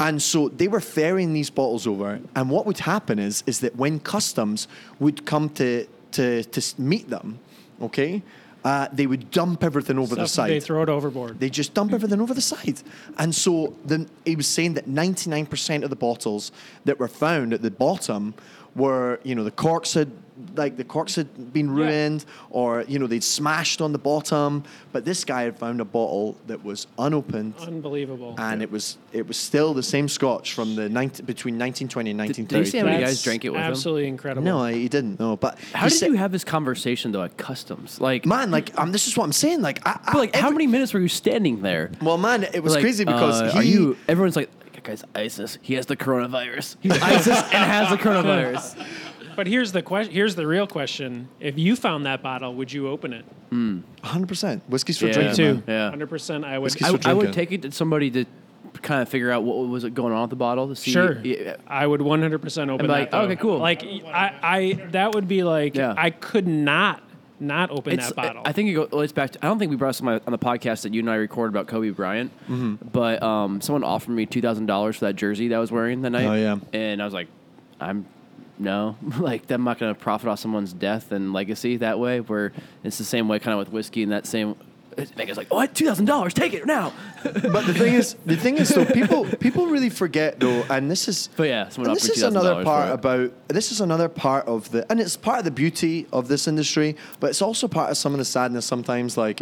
Speaker 6: And so they were ferrying these bottles over, and what would happen is is that when customs would come to to to s- meet them, okay, uh, they would dump everything over the
Speaker 3: Stuff that
Speaker 6: side.
Speaker 3: They throw it overboard.
Speaker 6: They just dump everything over the side. And so then he was saying that 99% of the bottles that were found at the bottom were, you know, the corks had like the corks had been ruined or you know they'd smashed on the bottom but this guy had found a bottle that was unopened
Speaker 3: Unbelievable.
Speaker 6: and it was it was still the same scotch from the 19, between 1920 and
Speaker 1: Did- did he say how
Speaker 6: 1930
Speaker 1: many
Speaker 3: That's
Speaker 1: guys drank it with him?
Speaker 3: absolutely incredible.
Speaker 6: no I- he didn't no but
Speaker 1: How
Speaker 6: he
Speaker 1: did
Speaker 6: said-
Speaker 1: you have this conversation though at customs? Like,
Speaker 6: man like um, this is what i'm saying like I, I,
Speaker 1: but, like how
Speaker 6: every-
Speaker 1: many minutes were you standing there?
Speaker 6: well man it was
Speaker 1: Like,
Speaker 6: crazy because
Speaker 1: uh,
Speaker 6: he
Speaker 1: are you? Everyone's like, "That guy's ISIS. He has the coronavirus. He's ISIS and has the
Speaker 6: *laughs*
Speaker 1: coronavirus.
Speaker 3: But here's the question. Here's the real question: If you found that bottle, would you open it?
Speaker 6: 100% whiskey's for
Speaker 1: Yeah.
Speaker 6: drinking
Speaker 1: Me
Speaker 6: man.
Speaker 1: too. Yeah.
Speaker 3: Hundred percent. I would.
Speaker 6: Whiskey's
Speaker 1: I,
Speaker 6: for
Speaker 1: I would
Speaker 6: drinking.
Speaker 1: take it to somebody to kind of figure out what was it going on with the bottle to see.
Speaker 3: Sure,
Speaker 1: Yeah.
Speaker 3: I would 100 percent open.
Speaker 1: be like,
Speaker 3: that, though.
Speaker 1: okay, cool.
Speaker 3: Like I, I, that would be like
Speaker 1: Yeah.
Speaker 3: I could not not open
Speaker 1: It's,
Speaker 3: that bottle.
Speaker 1: I think it go- relates back to. I don't think we brought this on, my, on the podcast that you and I recorded about Kobe Bryant,
Speaker 6: Mm-hmm.
Speaker 1: but um, someone offered me two thousand dollars for that jersey that I was wearing that night.
Speaker 6: Oh, yeah.
Speaker 1: and I was like, I'm no, *laughs* like I'm not going to profit off someone's death and legacy that way. Where it's the same way, kind of with whiskey and that same. Like it's like, oh, two thousand dollars, take it now.
Speaker 6: But the thing is, the thing is, though, people people really forget though, and this is.
Speaker 1: But yeah, someone
Speaker 6: and
Speaker 1: offered
Speaker 6: this is
Speaker 1: $2,000
Speaker 6: another part
Speaker 1: for it.
Speaker 6: about. This is another part of the, and it's part of the beauty of this industry, but it's also part of some of the sadness. Sometimes, like,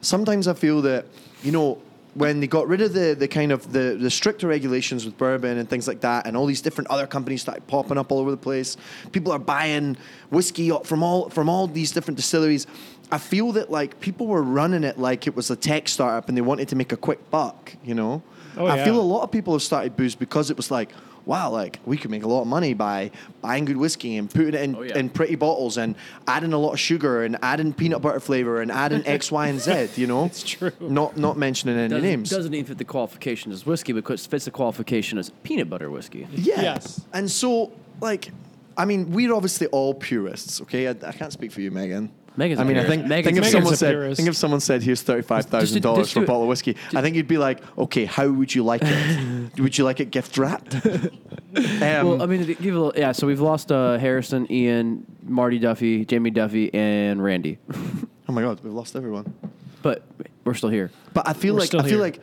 Speaker 6: sometimes I feel that you know when they got rid of the the kind of the the stricter regulations with bourbon and things like that, and all these different other companies started popping up all over the place. People are buying whiskey from all from all these different distilleries. I feel that like people were running it like it was a tech startup and they wanted to make a quick buck, you know.
Speaker 3: Oh,
Speaker 6: I
Speaker 3: yeah.
Speaker 6: feel a lot of people have started booze because it was like, wow, like we could make a lot of money by buying good whiskey and putting it in,
Speaker 1: Oh, yeah.
Speaker 6: in pretty bottles and adding a lot of sugar and adding peanut butter flavor
Speaker 1: *laughs*
Speaker 6: and adding X, Y, and Z. You know, it's
Speaker 3: true.
Speaker 6: Not not mentioning any
Speaker 1: doesn't,
Speaker 6: names.
Speaker 1: doesn't even fit the qualification as whiskey because fits the qualification as peanut butter whiskey.
Speaker 6: Yeah.
Speaker 3: Yes.
Speaker 6: And so, like, I mean, we're obviously all purists, okay? I, I can't speak for you, Megan.
Speaker 1: Megan's
Speaker 6: I
Speaker 1: a
Speaker 6: mean, I
Speaker 1: purist.
Speaker 6: think,
Speaker 1: Megan's
Speaker 6: think
Speaker 1: a
Speaker 6: if someone
Speaker 3: purist.
Speaker 6: said,
Speaker 3: Purist.
Speaker 6: think if someone said, "Here's thirty-five thousand dollars
Speaker 1: just do
Speaker 6: for a
Speaker 1: it.
Speaker 6: bottle
Speaker 1: *laughs*
Speaker 6: of whiskey," I think you'd be like, "Okay, how would you like it? would you like it gift wrapped?" um,
Speaker 1: well, I mean, to give a little, yeah. So we've lost uh, Harrison, Ian, Marty Duffy, Jamie Duffy, and Randy,
Speaker 6: oh my god, we've lost everyone.
Speaker 1: but we're still here.
Speaker 6: But I feel
Speaker 3: We're
Speaker 6: like
Speaker 3: still
Speaker 6: I feel
Speaker 3: here.
Speaker 6: like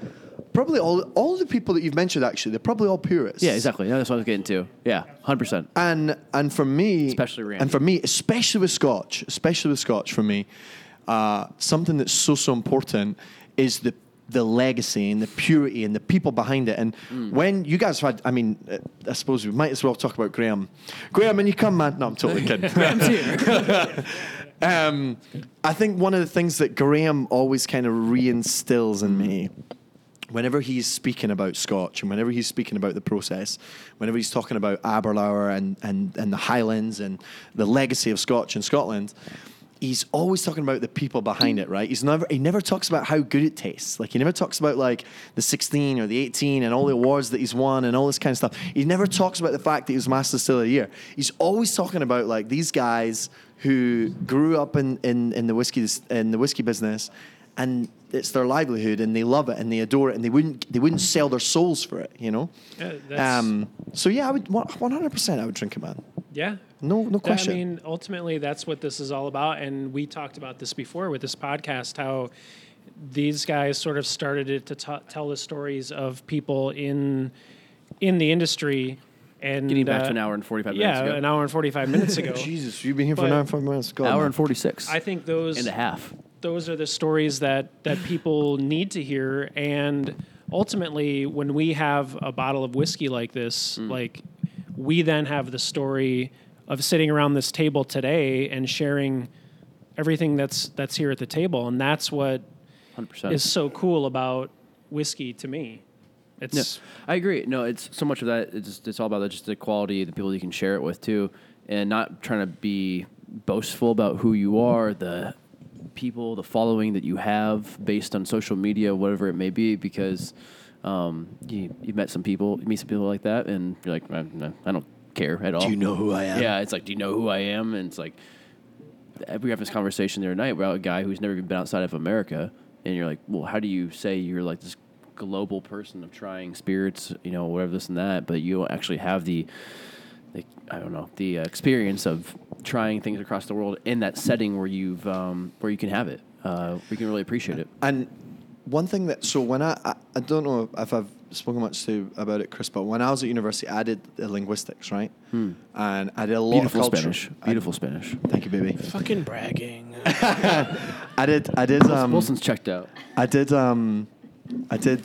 Speaker 6: probably all all the people that you've mentioned actually they're probably all purists.
Speaker 1: Yeah, exactly. No, that's what I was getting to. Yeah, hundred percent.
Speaker 6: And and for me,
Speaker 1: Especially Randy.
Speaker 6: and for me, especially with Scotch, especially with Scotch, for me, uh, something that's so so important is the the legacy and the purity and the people behind it. And
Speaker 1: Mm.
Speaker 6: when you guys had, I mean, uh, I suppose we might as well talk about Graham. Graham, and you come, man. No,
Speaker 1: *laughs*
Speaker 6: I'm totally kidding. *laughs* um, I think one of the things that Graham always kind of reinstills in me, whenever he's speaking about Scotch and whenever he's speaking about the process, whenever he's talking about Aberlour and, and, and the Highlands and the legacy of Scotch in Scotland, he's always talking about the people behind it, right? He's never he never talks about how good it tastes. Like he never talks about like the 16 or the 18 and all the awards that he's won and all this kind of stuff. He never talks about the fact that he was Master Distiller of the Year. He's always talking about like these guys who grew up in in, in the whiskey in the whiskey business and it's their livelihood and they love it and they adore it and they wouldn't they wouldn't sell their souls for it, you know?
Speaker 3: Yeah, that's-
Speaker 6: um so yeah, I would 100% I would drink it, man.
Speaker 3: Yeah.
Speaker 6: No- no
Speaker 3: That-
Speaker 6: question.
Speaker 3: I mean, ultimately, that's what this is all about. And we talked about this before with this podcast how these guys sort of started it to t- tell the stories of people in in the industry and
Speaker 1: Getting back
Speaker 3: uh,
Speaker 1: to an hour and 45 minutes
Speaker 3: yeah,
Speaker 1: ago.
Speaker 3: an hour and forty
Speaker 1: *laughs*
Speaker 3: five minutes ago.
Speaker 6: Jesus, you've been here for
Speaker 3: But-
Speaker 6: nine five minutes. God,
Speaker 1: hour
Speaker 6: man.
Speaker 1: and 46
Speaker 3: I think those
Speaker 1: and a half.
Speaker 3: those are the stories that that people need to hear and ultimately when we have a bottle of whiskey like this like we then have the story of sitting around this table today and sharing everything that's that's here at the table and that's what
Speaker 1: 100%.
Speaker 3: is so cool about whiskey to me it's
Speaker 1: I agree. No, it's so much of that. It's just, it's all about just the quality, the people you can share it with too, and not trying to be boastful about who you are, the people, the following that you have based on social media, whatever it may be, because um, you you met some people, you meet some people like that, and you're like, I, no, I don't care at all.
Speaker 6: Do you know who I am?
Speaker 1: Yeah, it's like, do you know who I am? And it's like, we were having this conversation the other night about a guy who's never even been outside of America, and you're like, well, how do you say you're like this global person of trying spirits, you know, whatever this and that, but you don't actually have the, the I don't know, the uh, experience of trying things across the world in that setting where you've um, where you can have it, uh, where you can really appreciate it.
Speaker 6: And one thing that so when I, I I don't know if I've spoken much to about it, Chris, but when I was at university, I did uh, linguistics, right? And I did a lot
Speaker 1: Beautiful
Speaker 6: of culture.
Speaker 1: Spanish,
Speaker 6: I-
Speaker 1: beautiful Spanish.
Speaker 6: thank you, baby.
Speaker 8: Fucking bragging.
Speaker 6: I did. I did. Um,
Speaker 1: Wilson's checked out.
Speaker 6: I did. Um, I did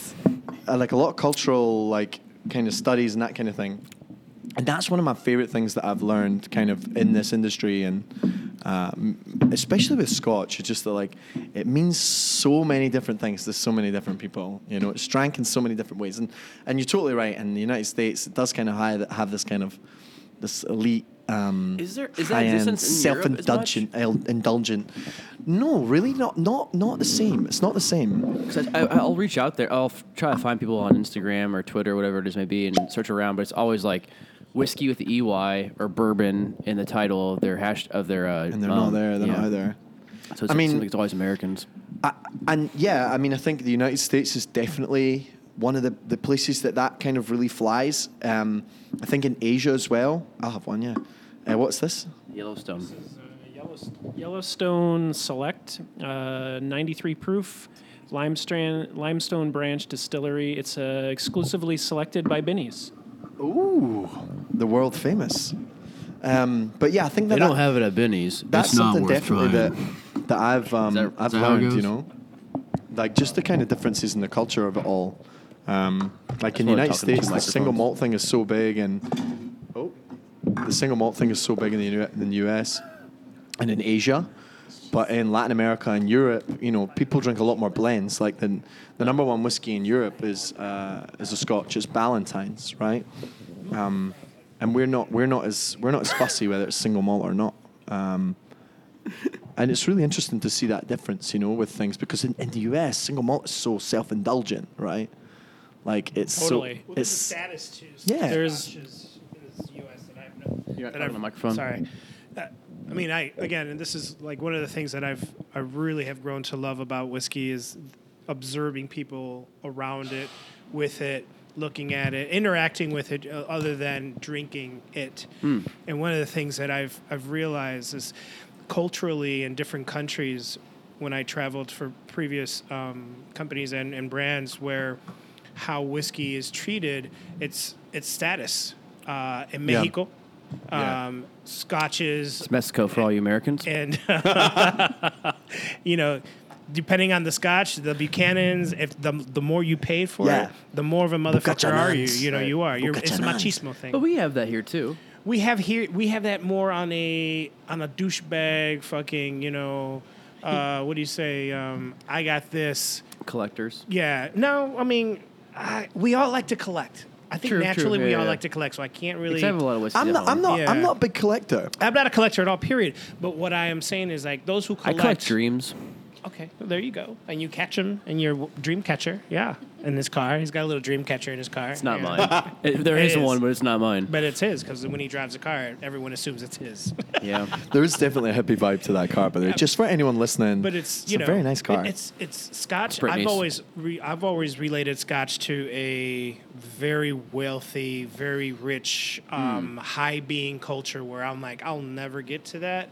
Speaker 6: uh, like a lot of cultural like kind of studies and that kind of thing, and that's one of my favorite things that I've learned kind of in this industry and um, especially with Scotch. It's just that like it means so many different things to so many different people. You know, it's drank in so many different ways, and and you're totally right. In the United States, it does kind of have, have this kind of this elite. Um,
Speaker 1: Is there- is that
Speaker 6: high-end,
Speaker 1: existence in Europe as much?
Speaker 6: self-indulgent, el- indulgent. No, really, not not not the same. It's not the same.
Speaker 1: 'Cause I, I- I'll reach out there. I'll f- try to find people on Instagram or Twitter, whatever it is may be, and search around. But it's always like whiskey with the ey or bourbon in the title of their hash of their. Uh,
Speaker 6: And they're not
Speaker 1: um,
Speaker 6: there. They're
Speaker 1: yeah.
Speaker 6: not there.
Speaker 1: So it's,
Speaker 6: I
Speaker 1: it
Speaker 6: mean-
Speaker 1: seems like it's always Americans.
Speaker 6: I, and yeah, I mean, I think the United States is definitely one of the, the places that that kind of really flies. Um, I think in Asia as well. I'll have one. Yeah. Uh, what's this?
Speaker 1: Yellowstone.
Speaker 3: Yellowstone Select, uh, 93 proof, limestone limestone branch distillery. It's uh, exclusively selected by Binnie's.
Speaker 6: Ooh, the world famous. Um, but yeah, I think that
Speaker 1: They don't
Speaker 6: that-
Speaker 1: have it at Benny's.
Speaker 6: that's
Speaker 1: it's not
Speaker 6: something
Speaker 1: worth
Speaker 6: definitely
Speaker 1: trying.
Speaker 6: that that I've um,
Speaker 1: that- is
Speaker 6: I've
Speaker 1: that how it
Speaker 6: learned.
Speaker 1: goes?
Speaker 6: You know, like just the kind of differences in the culture of it all. Um, like in the
Speaker 1: why we're
Speaker 6: United
Speaker 1: talking into
Speaker 6: States, the single
Speaker 1: microphones.
Speaker 6: malt thing is so big, and oh, the single malt thing is so big in the U- in the U.S. and in Asia. But in Latin America and Europe, you know, people drink a lot more blends. Like the, the number one whiskey in Europe is uh, is a Scotch. It's Ballantine's, right? Um, and we're not we're not as we're not as fussy whether it's single malt or not. Um, and it's really interesting to see that difference, you know, with things because in, in the US, single malt is so self indulgent, right? Like it's
Speaker 3: Totally.
Speaker 6: so
Speaker 3: Well,
Speaker 8: Well, there's
Speaker 6: it's
Speaker 8: a status too.
Speaker 6: Yeah.
Speaker 3: There's-
Speaker 8: Scotch is- is US that I've no- that
Speaker 1: talking
Speaker 8: I've-
Speaker 1: to the microphone.
Speaker 8: Sorry. Uh, I mean, I again, and this is like one of the things that I've I really have grown to love about whiskey is observing people around it, with it, looking at it, interacting with it, uh, other than drinking it.
Speaker 1: Hmm.
Speaker 8: And one of the things that I've I've realized is culturally in different countries when I traveled for previous um, companies and, and brands where how whiskey is treated, it's it's status. Uh, in
Speaker 6: Yeah.
Speaker 8: Mexico,
Speaker 6: Yeah.
Speaker 8: um, scotches,
Speaker 1: It's Mexico for all you Americans.
Speaker 8: and *laughs* you know, depending on the scotch, the Buchanan's. If the the more you paid for
Speaker 6: Yeah.
Speaker 8: it, the more of a motherfucker are you.
Speaker 6: Buchanan's.
Speaker 8: You know, you are. You're, it's a
Speaker 6: Buchanan's.
Speaker 8: machismo thing.
Speaker 1: But we have that here too.
Speaker 8: We have here we have that more on a on a douchebag fucking you know uh, what do you say um, I got this
Speaker 1: Collectors.
Speaker 8: yeah no I mean I, we all like to collect I think
Speaker 1: True, true.
Speaker 8: naturally we
Speaker 1: Yeah,
Speaker 8: all
Speaker 1: yeah.
Speaker 8: like to collect, so I can't really.
Speaker 1: I have a lot of whiskeys.
Speaker 6: I'm
Speaker 1: at
Speaker 6: not.
Speaker 1: home.
Speaker 6: I'm not. I'm
Speaker 8: Yeah.
Speaker 6: not a big collector.
Speaker 8: I'm not a collector at all. Period. But what I am saying is like those who
Speaker 1: I
Speaker 8: collect.
Speaker 1: collect dreams.
Speaker 8: Okay, well, there you go. And you catch him, and you're w- dream catcher. Yeah, in his car, he's got a little dream catcher in his car.
Speaker 1: It's not mine. It- there
Speaker 8: It
Speaker 1: is
Speaker 8: is.
Speaker 1: one, but it's not mine.
Speaker 8: But it's his because when he drives a car, everyone assumes it's his.
Speaker 1: yeah.
Speaker 6: There is definitely a hippie vibe to that car, but it- just for anyone listening,
Speaker 8: but it's you
Speaker 6: a
Speaker 8: know
Speaker 6: very nice car.
Speaker 8: it- it's it's
Speaker 1: It's
Speaker 8: Scotch.
Speaker 1: Britney's.
Speaker 8: I've always re, I've always related Scotch to a very wealthy, very rich, um, high being culture where I'm like I'll never get to that.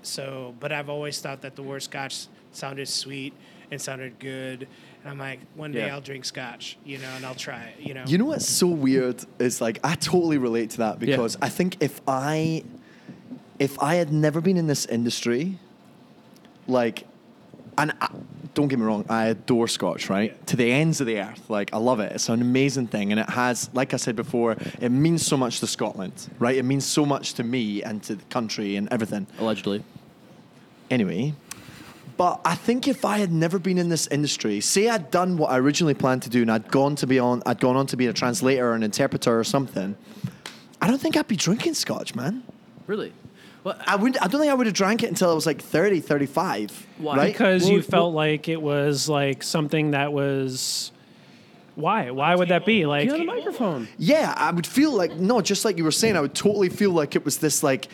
Speaker 8: So, but I've always thought that the word Scotch sounded sweet and sounded good. And I'm like, one day
Speaker 1: Yeah.
Speaker 8: I'll drink Scotch, you know, and I'll try it, you know.
Speaker 6: You know what's so weird is like I totally relate to that because I think if I if I had never been in this industry, like and I, don't get me wrong, I adore Scotch, right? To the ends of the earth. Like I love it. It's an amazing thing and it has like I said before, it means so much to Scotland, right? It means so much to me and to the country and everything
Speaker 1: Allegedly.
Speaker 6: anyway. But I think if I had never been in this industry, say I'd done what I originally planned to do and I'd gone to be on I'd gone on to be a translator or an interpreter or something, I don't think I'd be drinking scotch, man.
Speaker 1: Really? Well,
Speaker 6: I wouldn't I don't think I would have drank it until I was like 30, 35.
Speaker 1: Why?
Speaker 6: Right?
Speaker 3: because
Speaker 1: Well,
Speaker 3: you felt like it was like something that was why why would that be like
Speaker 1: get on the microphone.
Speaker 6: yeah, I would feel like no, just like you were saying, I would totally feel like it was this like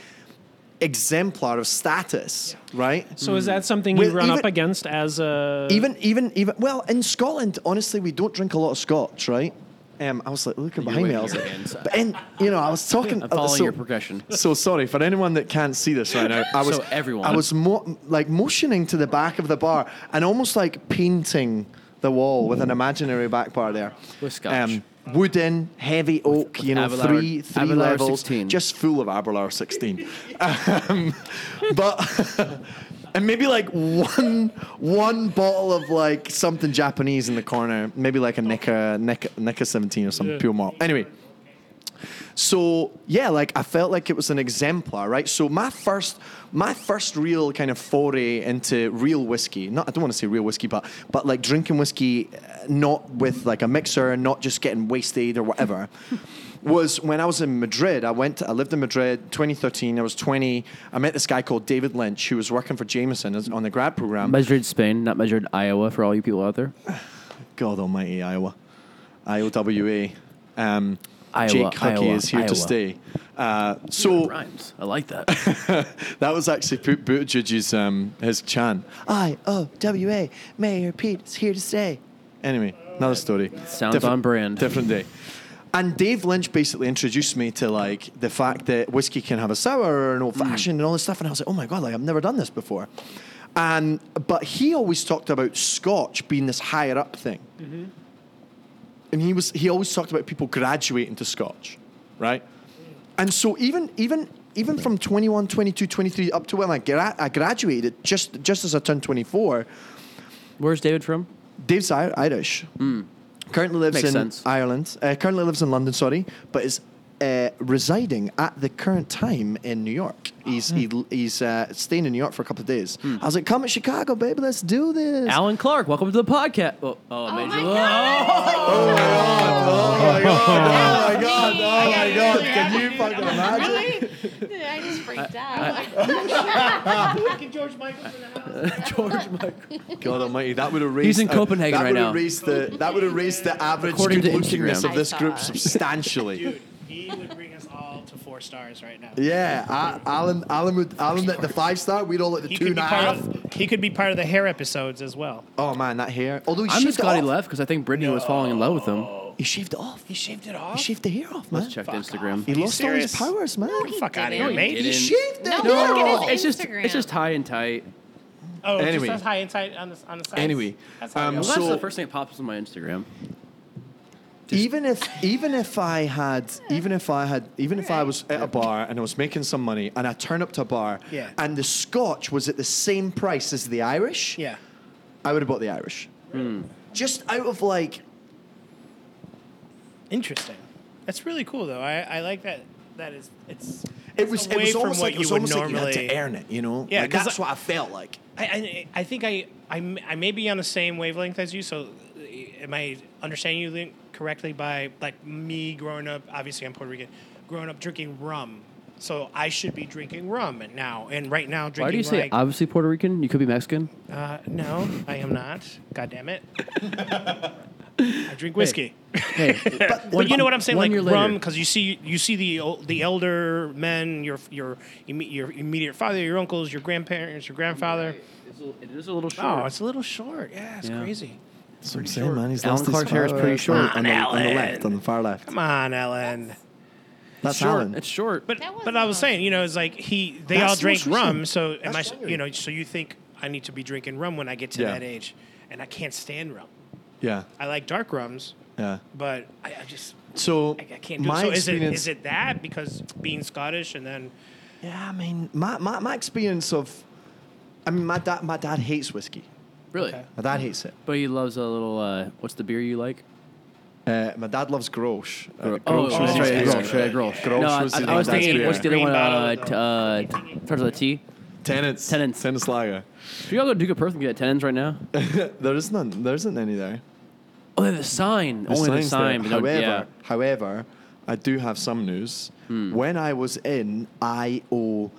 Speaker 6: exemplar of status, right?
Speaker 3: so is that something you
Speaker 6: Well,
Speaker 3: run up
Speaker 6: even-
Speaker 3: against as a
Speaker 6: even even even well in Scotland honestly we don't drink a lot of scotch right um, I was like looking behind me I
Speaker 1: waving
Speaker 6: was
Speaker 1: your
Speaker 6: like
Speaker 1: hands.
Speaker 6: but and you know I was
Speaker 1: *laughs*
Speaker 6: talking
Speaker 1: I'm following
Speaker 6: so,
Speaker 1: your progression.
Speaker 6: so sorry for anyone that can't see this right now I
Speaker 1: *laughs*
Speaker 6: was
Speaker 1: So everyone.
Speaker 6: I was mo- like motioning to the back of the bar and almost like painting the wall with an imaginary back bar there Um,
Speaker 1: With scotch.
Speaker 6: wooden heavy oak you know
Speaker 1: Abelard-
Speaker 6: three three
Speaker 1: Abelard
Speaker 6: levels
Speaker 1: 16.
Speaker 6: just full of Aberlour 16 um, but *laughs* and maybe like one one bottle of like something Japanese in the corner, maybe like a Nika Nika, Nika 17 or some pure malt. Anyway, so yeah, like I felt like it was an exemplar, right? So my first my first real kind of foray into real whiskey. Not I don't want to say real whiskey, but but like drinking whiskey, uh, not with like a mixer, not just getting wasted or whatever. *laughs* was when I was in Madrid. I went. I lived in Madrid, 2013. I was 20. I met this guy called David Lynch, who was working for Jameson as- on the grad program.
Speaker 1: Measured Spain, not measured Iowa for all you people out there.
Speaker 6: God Almighty, Iowa, IOWA. Um,
Speaker 1: Iowa,
Speaker 6: Jake Hickey
Speaker 1: Iowa,
Speaker 6: is here
Speaker 1: Iowa.
Speaker 6: to stay. Uh, so
Speaker 1: Rhymes. I like that.
Speaker 6: that was actually Pete Buttigieg's um, his chant. I O W A Mayor Pete is here to stay. Anyway, another story.
Speaker 1: Sounds
Speaker 6: Different-
Speaker 1: on brand.
Speaker 6: Different day. And Dave Lynch basically introduced me to like the fact that whiskey can have a sour or an old
Speaker 1: Mm.
Speaker 6: fashioned and all this stuff, and I was like, oh my god, like I've never done this before. And but he always talked about Scotch being this higher up thing
Speaker 1: Mm-hmm.
Speaker 6: and he was he always talked about people graduating to scotch right and so even even even from 21 22 23 up to when i, gra- I graduated just just as i turned 24
Speaker 1: *laughs* Where's David from?
Speaker 6: dave's Ir- irish currently lives
Speaker 1: Hmm. Makes
Speaker 6: in
Speaker 1: sense.
Speaker 6: ireland uh, currently lives in london sorry but is uh, residing at the current time in New York, he's
Speaker 1: Hmm.
Speaker 6: he, he's uh, staying in New York for a couple of days. I was like, "Come to Chicago, baby, let's do this."
Speaker 1: Alan Clark. Welcome to the podcast. Oh, oh,
Speaker 2: Oh
Speaker 1: major.
Speaker 2: my god!
Speaker 6: Oh my god!
Speaker 2: me.
Speaker 6: Oh
Speaker 2: I
Speaker 6: my
Speaker 2: got
Speaker 6: god!
Speaker 2: really
Speaker 6: Can you fucking imagine?
Speaker 2: Really? I just
Speaker 1: Uh,
Speaker 2: freaked out.
Speaker 8: George Michael's in the house.
Speaker 1: George Michael.
Speaker 6: God Almighty, that would have raised.
Speaker 1: He's in
Speaker 6: uh,
Speaker 1: Copenhagen
Speaker 6: that
Speaker 1: right
Speaker 6: would have
Speaker 1: now.
Speaker 6: Raised the, that would have raised the average
Speaker 1: According to
Speaker 6: good-lookingness
Speaker 1: Instagram.
Speaker 6: of this
Speaker 2: I
Speaker 6: group
Speaker 2: saw.
Speaker 6: substantially.
Speaker 1: *laughs*
Speaker 8: Dude, he would bring us all to four stars right now.
Speaker 6: Yeah, I, Alan, Alan would, Alan at the five star. We'd all at the
Speaker 8: He
Speaker 6: two and
Speaker 8: could, be
Speaker 6: a
Speaker 8: part
Speaker 6: half.
Speaker 8: of, he could be part of the hair episodes as well.
Speaker 6: Oh man, that hair. Although he
Speaker 1: I'm
Speaker 6: shaved
Speaker 1: just glad
Speaker 6: it
Speaker 1: he
Speaker 6: off.
Speaker 1: left because I think Brittany was falling in love with him.
Speaker 6: He shaved it off. He
Speaker 8: shaved it off.
Speaker 6: shaved the hair off, man.
Speaker 1: Let's check Instagram.
Speaker 6: He
Speaker 8: you
Speaker 6: lost
Speaker 8: serious?
Speaker 6: all his powers, man.
Speaker 8: Fuck out of
Speaker 2: No,
Speaker 8: here,
Speaker 2: he
Speaker 8: mate.
Speaker 1: didn't.
Speaker 6: shaved
Speaker 2: No,
Speaker 6: it.
Speaker 2: look at his
Speaker 1: It's just
Speaker 2: Instagram.
Speaker 1: it's just high and tight.
Speaker 8: Oh, it
Speaker 6: Anyway.
Speaker 8: just says high and tight on the on the side.
Speaker 6: Anyway,
Speaker 8: that's how
Speaker 6: um,
Speaker 8: it goes.
Speaker 1: Well, that's
Speaker 6: So-
Speaker 1: the first thing that pops up on my Instagram.
Speaker 6: even if even if I had even if I had even if I was at a bar and I was making some money and I turn up to a bar
Speaker 8: Yeah.
Speaker 6: and the Scotch was at the same price as the Irish,
Speaker 8: yeah. Hmm.
Speaker 6: I would have bought the Irish. Just out of like,
Speaker 8: Interesting. That's really cool, though. I, I like that. That is, it's.
Speaker 6: it was, it
Speaker 8: away
Speaker 6: was
Speaker 8: from
Speaker 6: almost
Speaker 8: what
Speaker 6: like it
Speaker 8: you
Speaker 6: was
Speaker 8: would
Speaker 6: almost like you had
Speaker 8: normally-
Speaker 6: to earn it, you know?
Speaker 8: Yeah,
Speaker 6: like,
Speaker 8: 'cause
Speaker 6: that's
Speaker 8: I-
Speaker 6: what I felt like.
Speaker 8: I, I, I think I, I, m- I may be on the same wavelength as you. So, uh, am I understanding you? Lin- correctly by like me growing up. Obviously, I'm Puerto Rican. Growing up drinking rum, so I should be drinking rum now. And right now, drinking
Speaker 1: Why do you say
Speaker 8: like-
Speaker 1: obviously Puerto Rican? You could be Mexican.
Speaker 8: uh, no, I am not. God damn it. I drink whiskey.
Speaker 1: Hey,
Speaker 8: *laughs* But, you know what I'm saying, like rum, because you see you see the el- the elder men, your your imme- your immediate father, your uncles, your grandparents, your grandfather.
Speaker 1: It is a little short.
Speaker 8: Oh, it's a little short. Yeah, it's
Speaker 1: Yeah.
Speaker 8: crazy.
Speaker 6: That's what I'm saying, man. He's
Speaker 1: Alan
Speaker 6: lost his
Speaker 1: Clark's hair is
Speaker 6: far
Speaker 1: pretty
Speaker 6: left
Speaker 1: short.
Speaker 6: on the, on the left, on the far left.
Speaker 8: Come on, Ellen.
Speaker 6: That's
Speaker 1: short.
Speaker 6: Alan.
Speaker 1: It's short.
Speaker 8: But
Speaker 2: That wasn't
Speaker 8: but I was
Speaker 2: awesome.
Speaker 8: saying, you know, it's like he they
Speaker 6: That's
Speaker 8: all drink
Speaker 6: the most
Speaker 8: rum,
Speaker 6: recent.
Speaker 8: so am I?
Speaker 4: That's
Speaker 8: s-
Speaker 4: younger.
Speaker 8: You know, so you think I need to be drinking rum when I get to
Speaker 6: Yeah.
Speaker 8: that age, and I can't stand rum.
Speaker 6: Yeah,
Speaker 8: I like dark rums,
Speaker 6: yeah.
Speaker 8: but I, I just
Speaker 6: So
Speaker 8: I, I can't do
Speaker 6: my
Speaker 8: it. So is it
Speaker 6: experience.
Speaker 8: is it that because being Scottish and then
Speaker 6: Yeah, I mean, my, my, my experience of, I mean, my dad my dad hates whiskey.
Speaker 1: really.
Speaker 6: My dad hates it.
Speaker 1: But he loves a little. Uh, what's the beer you like?
Speaker 6: Uh, my dad loves Grosh. Uh,
Speaker 1: oh,
Speaker 6: Grosh was
Speaker 1: oh,
Speaker 6: his
Speaker 1: yeah,
Speaker 6: favorite.
Speaker 1: yeah, Grosh.
Speaker 6: Grosh
Speaker 1: no, I,
Speaker 6: was
Speaker 1: I-
Speaker 6: his
Speaker 1: I was
Speaker 6: dad's
Speaker 1: thinking,
Speaker 6: beer.
Speaker 1: what's the other
Speaker 8: Green
Speaker 1: one? Uh,
Speaker 8: bottle,
Speaker 1: t- uh, starts with a T.
Speaker 6: Tenants.
Speaker 1: Tenants.
Speaker 6: Tenants Lager.
Speaker 1: Should y'all go to Duke of Perth and get tenons right now?
Speaker 6: There is none. There isn't any there.
Speaker 1: Oh, they have the sign.
Speaker 6: The
Speaker 1: Only the
Speaker 6: sign's there.
Speaker 1: sign. but no-
Speaker 6: However,
Speaker 1: yeah. Hmm.
Speaker 6: however, I do have some news. When I was in IOWA,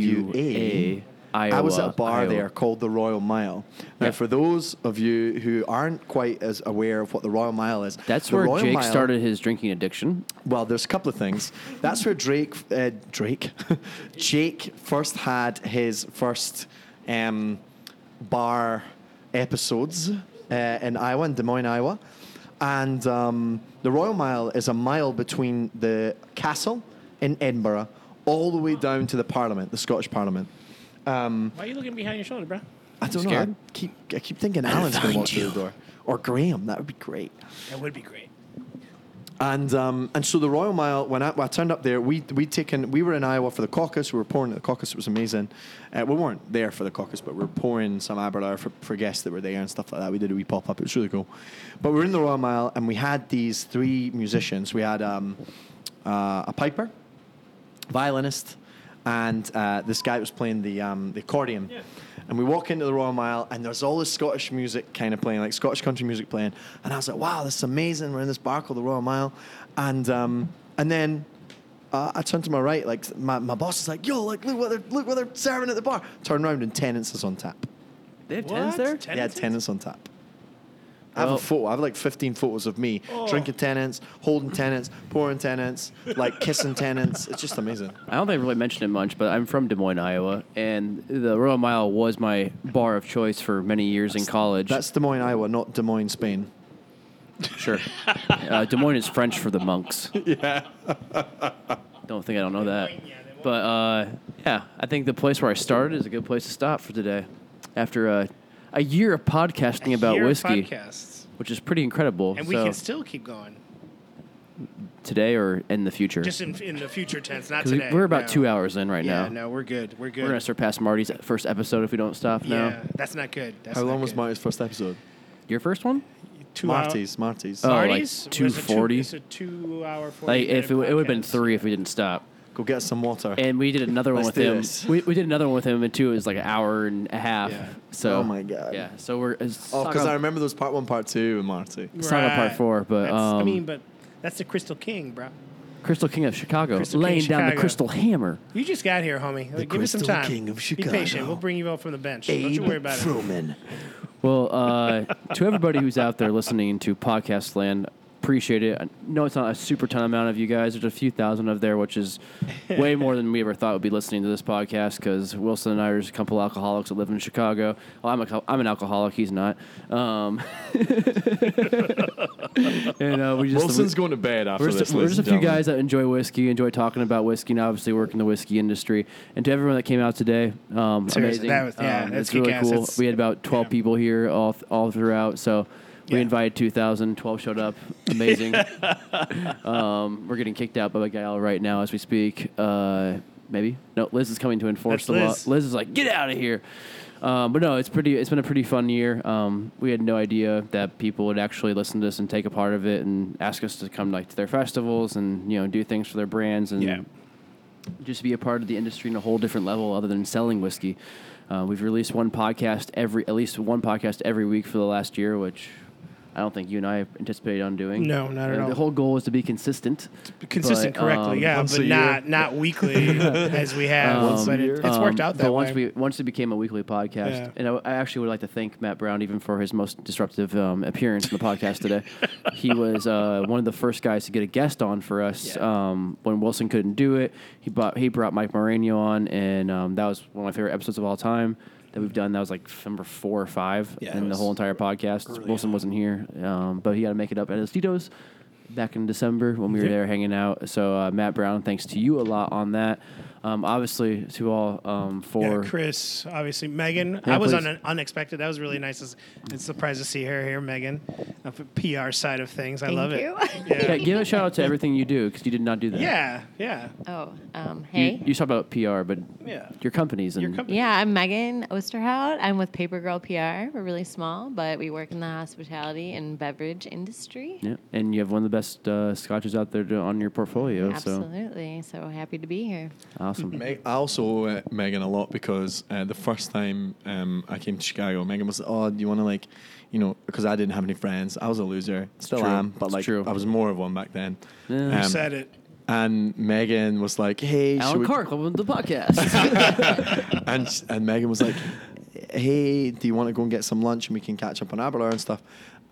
Speaker 1: W.A.,
Speaker 6: I was at
Speaker 1: Iowa,
Speaker 6: a bar
Speaker 1: Iowa.
Speaker 6: there called the Royal Mile. Now,
Speaker 1: Yeah.
Speaker 6: for those of you who aren't quite as aware of what the Royal Mile is,
Speaker 1: That's
Speaker 6: the
Speaker 1: where
Speaker 6: Royal
Speaker 1: Jake
Speaker 6: Mile-
Speaker 1: started his drinking addiction.
Speaker 6: Well, there's a couple of things. That's where Drake, uh, Drake, *laughs* Jake first had his first um, bar episodes uh, in Iowa, in Des Moines, Iowa. And um, the Royal Mile is a mile between the castle in Edinburgh all the way down to the Parliament, the Scottish Parliament.
Speaker 8: why are you looking behind your shoulder, bro?
Speaker 6: I don't
Speaker 1: Scared?
Speaker 6: know. I keep, I keep thinking Alan's going to walk through the door. Or Graham. That would be great.
Speaker 8: That would be great.
Speaker 6: And um, and so the Royal Mile, when I, when I turned up there, we we taken we were in Iowa for the caucus. We were pouring at the caucus. It was amazing. Uh, we weren't there for the caucus, but we were pouring some Aberdare for, for guests that were there and stuff like that. We did a wee pop up. It was really cool. But we were in the Royal Mile, and we had these three musicians. We had um, uh, a piper, violinist, and uh, this guy was playing the um, the accordion. And we walk into the Royal Mile, and there's all this Scottish music kind of playing, like Scottish country music playing. And I was like, "Wow, this is amazing! We're in this bar called the Royal Mile." And um, and then uh, I turn to my right, like my, my boss is like, "Yo, like look what they're look what they're serving at the bar." Turn around, and tenants is on tap.
Speaker 1: They have tenons there?
Speaker 6: Yeah, tenants on tap. I have a
Speaker 1: Well-
Speaker 6: photo. I have like 15 photos of me drinking tenants, holding tenants, pouring tenants, like kissing tenants. It's just amazing.
Speaker 1: I don't think I really mentioned it much, but I'm from Des Moines, Iowa, and the Royal Mile was my bar of choice for many years in college.
Speaker 6: That's Des Moines, Iowa, not Des Moines, Spain. *laughs*
Speaker 1: sure. uh, Des Moines is French for the monks. Yeah. don't think I don't know that. But uh, yeah, I think the place where I started is a good place to stop for today. After uh, a year of podcasting about
Speaker 8: Here are
Speaker 1: whiskey,
Speaker 8: podcasts,
Speaker 1: which is pretty incredible.
Speaker 8: and we
Speaker 1: so
Speaker 8: can still keep going.
Speaker 1: today or in the future.
Speaker 8: Just in, in the future tense, not
Speaker 1: 'Cause we-
Speaker 8: today.
Speaker 1: we're about
Speaker 8: no.
Speaker 1: two hours in right
Speaker 8: Yeah,
Speaker 1: now.
Speaker 8: no, we're good. We're good.
Speaker 1: We're gonna surpass Marty's first episode if we don't stop now.
Speaker 8: Yeah, that's not good. That's
Speaker 6: How
Speaker 8: not
Speaker 6: long was
Speaker 8: good.
Speaker 6: Marty's first episode?
Speaker 1: Your first one?
Speaker 8: two
Speaker 6: Marty's, Marty's.
Speaker 1: Oh.
Speaker 8: hour,
Speaker 1: like
Speaker 8: Marty's?
Speaker 1: 240?
Speaker 8: It's a two-hour.
Speaker 1: Like if it, w- it would have been three if we didn't stop.
Speaker 6: Go get us some water.
Speaker 1: And we did another one
Speaker 6: Let's
Speaker 1: with
Speaker 6: do
Speaker 1: him.
Speaker 6: this.
Speaker 1: We, we did another one with him, and two it was like an hour and a half.
Speaker 8: Yeah.
Speaker 1: So
Speaker 6: Oh my God.
Speaker 1: Yeah. So we're it's
Speaker 6: oh,
Speaker 1: not
Speaker 6: because
Speaker 1: gonna-
Speaker 6: I remember those part one, part two, and Marty.
Speaker 1: it's not a part four, but,
Speaker 8: that's, I
Speaker 1: um,
Speaker 8: mean, but that's the Crystal King, bro.
Speaker 1: Crystal King of Chicago
Speaker 8: Crystal King
Speaker 1: laying down the
Speaker 8: Chicago.
Speaker 1: crystal hammer.
Speaker 8: You just got here, homie. Like, give us some
Speaker 6: Crystal
Speaker 8: time.
Speaker 6: King of
Speaker 8: Be patient.
Speaker 6: Chicago.
Speaker 8: We'll bring you out from the bench. Don't you worry about it.
Speaker 6: Froman.
Speaker 1: Well, uh, *laughs* to everybody who's out there listening to Podcast Land, appreciate it. I know it's not a super ton amount of you guys. There's a few thousand of there, which is way more than we ever thought would be listening to this podcast because Wilson and I are just a couple alcoholics that live in Chicago. Well, I'm, a, co- I'm an alcoholic. He's not. Um, *laughs* and uh, we just
Speaker 6: Wilson's going to bed after
Speaker 1: we're
Speaker 6: this.
Speaker 1: just, we're
Speaker 6: ladies
Speaker 1: just a
Speaker 6: and
Speaker 1: few
Speaker 6: gentlemen.
Speaker 1: guys that enjoy whiskey, enjoy talking about whiskey, and obviously work in the whiskey industry. And to everyone that came out today, um, amazing.
Speaker 8: Seriously, that was- yeah,
Speaker 1: um,
Speaker 8: that's
Speaker 1: it's really
Speaker 8: kick-ass.
Speaker 1: cool.
Speaker 8: It's-
Speaker 1: we had about 12
Speaker 8: yeah.
Speaker 1: people here all, th- all throughout. So we
Speaker 8: Yeah.
Speaker 1: invited 2,000, 12 showed up.
Speaker 8: *laughs*
Speaker 1: Amazing. um, we're getting kicked out by a guy right now as we speak. Uh, maybe? No, Liz is coming to enforce
Speaker 8: That's
Speaker 1: the law.
Speaker 8: Liz.
Speaker 1: Liz is like, get out of here. Um, but no, it's pretty. It's been a pretty fun year. Um, we had no idea that people would actually listen to us and take a part of it and ask us to come like to their festivals and you know do things for their brands and
Speaker 8: Yeah.
Speaker 1: just be a part of the industry in a whole different level other than selling whiskey. Uh, we've released one podcast every at least one podcast every week for the last year, which I don't think you and I anticipated on doing.
Speaker 8: No, not at
Speaker 1: And
Speaker 8: all.
Speaker 1: The whole goal is to be consistent.
Speaker 8: consistent
Speaker 1: but,
Speaker 8: correctly,
Speaker 1: um,
Speaker 8: yeah,
Speaker 4: once a
Speaker 8: but
Speaker 4: year.
Speaker 8: not
Speaker 4: *laughs*
Speaker 8: not weekly *laughs* as we have. but it, it's worked
Speaker 1: Um,
Speaker 8: out
Speaker 1: but
Speaker 8: that
Speaker 1: once
Speaker 8: way.
Speaker 1: we once it became a weekly podcast,
Speaker 8: Yeah.
Speaker 1: and I, I actually would like to thank Matt Brown even for his most disruptive um, appearance in the podcast
Speaker 8: *laughs*
Speaker 1: today. He was uh, one of the first guys to get a guest on for us um, when Wilson couldn't do it. He bought he brought Mike Moreno on, and um, that was one of my favorite episodes of all time that we've done. That was like number four or five
Speaker 6: Yeah, it
Speaker 1: in the
Speaker 6: was
Speaker 1: whole entire podcast. Wilson wasn't here, um, but he had to make it up at his Tito's back in December when we were there hanging out. So uh, Matt Brown, thanks to you a lot on that. Um, obviously, to all um,
Speaker 8: Yeah,
Speaker 1: for
Speaker 8: Chris, obviously Megan.
Speaker 1: Yeah,
Speaker 8: I was
Speaker 1: please.
Speaker 8: on an unexpected. That was really nice. It's, it's surprised to see her here, Megan. Uh, for PR side of things, I
Speaker 2: Thank
Speaker 8: love
Speaker 2: you.
Speaker 8: it.
Speaker 2: *laughs*
Speaker 1: yeah,
Speaker 8: Yeah.
Speaker 1: give a shout out to everything you do because you did not do that.
Speaker 8: yeah, yeah,
Speaker 2: Oh, um, hey.
Speaker 1: You, you talk about PR, but
Speaker 8: Yeah.
Speaker 1: your companies and
Speaker 8: Your company.
Speaker 2: Yeah, I'm Megan Osterhout. I'm with Paper Girl PR. We're really small, but we work in the hospitality and beverage industry.
Speaker 1: yeah, and you have one of the best uh, scotches out there to, on your portfolio.
Speaker 2: Absolutely. So happy to be here.
Speaker 1: So
Speaker 8: Mm-hmm.
Speaker 1: awesome.
Speaker 6: Meg, I also owe uh, Megan a lot because uh, the first time um, I came to Chicago, Megan was, "Oh, do you want to like, you know?" Because I didn't have any friends. I was a loser, still
Speaker 1: true.
Speaker 6: am, but
Speaker 1: It's
Speaker 6: like
Speaker 1: true.
Speaker 6: I was more of one back then.
Speaker 1: Yeah.
Speaker 6: Um,
Speaker 8: Said it.
Speaker 6: And Megan was like, "Hey, should
Speaker 1: Alan
Speaker 6: we-"
Speaker 1: Clark, welcome to the podcast. *laughs*
Speaker 6: and and Megan was like, "Hey, do you want to go and get some lunch and we can catch up on Aberlour and stuff?"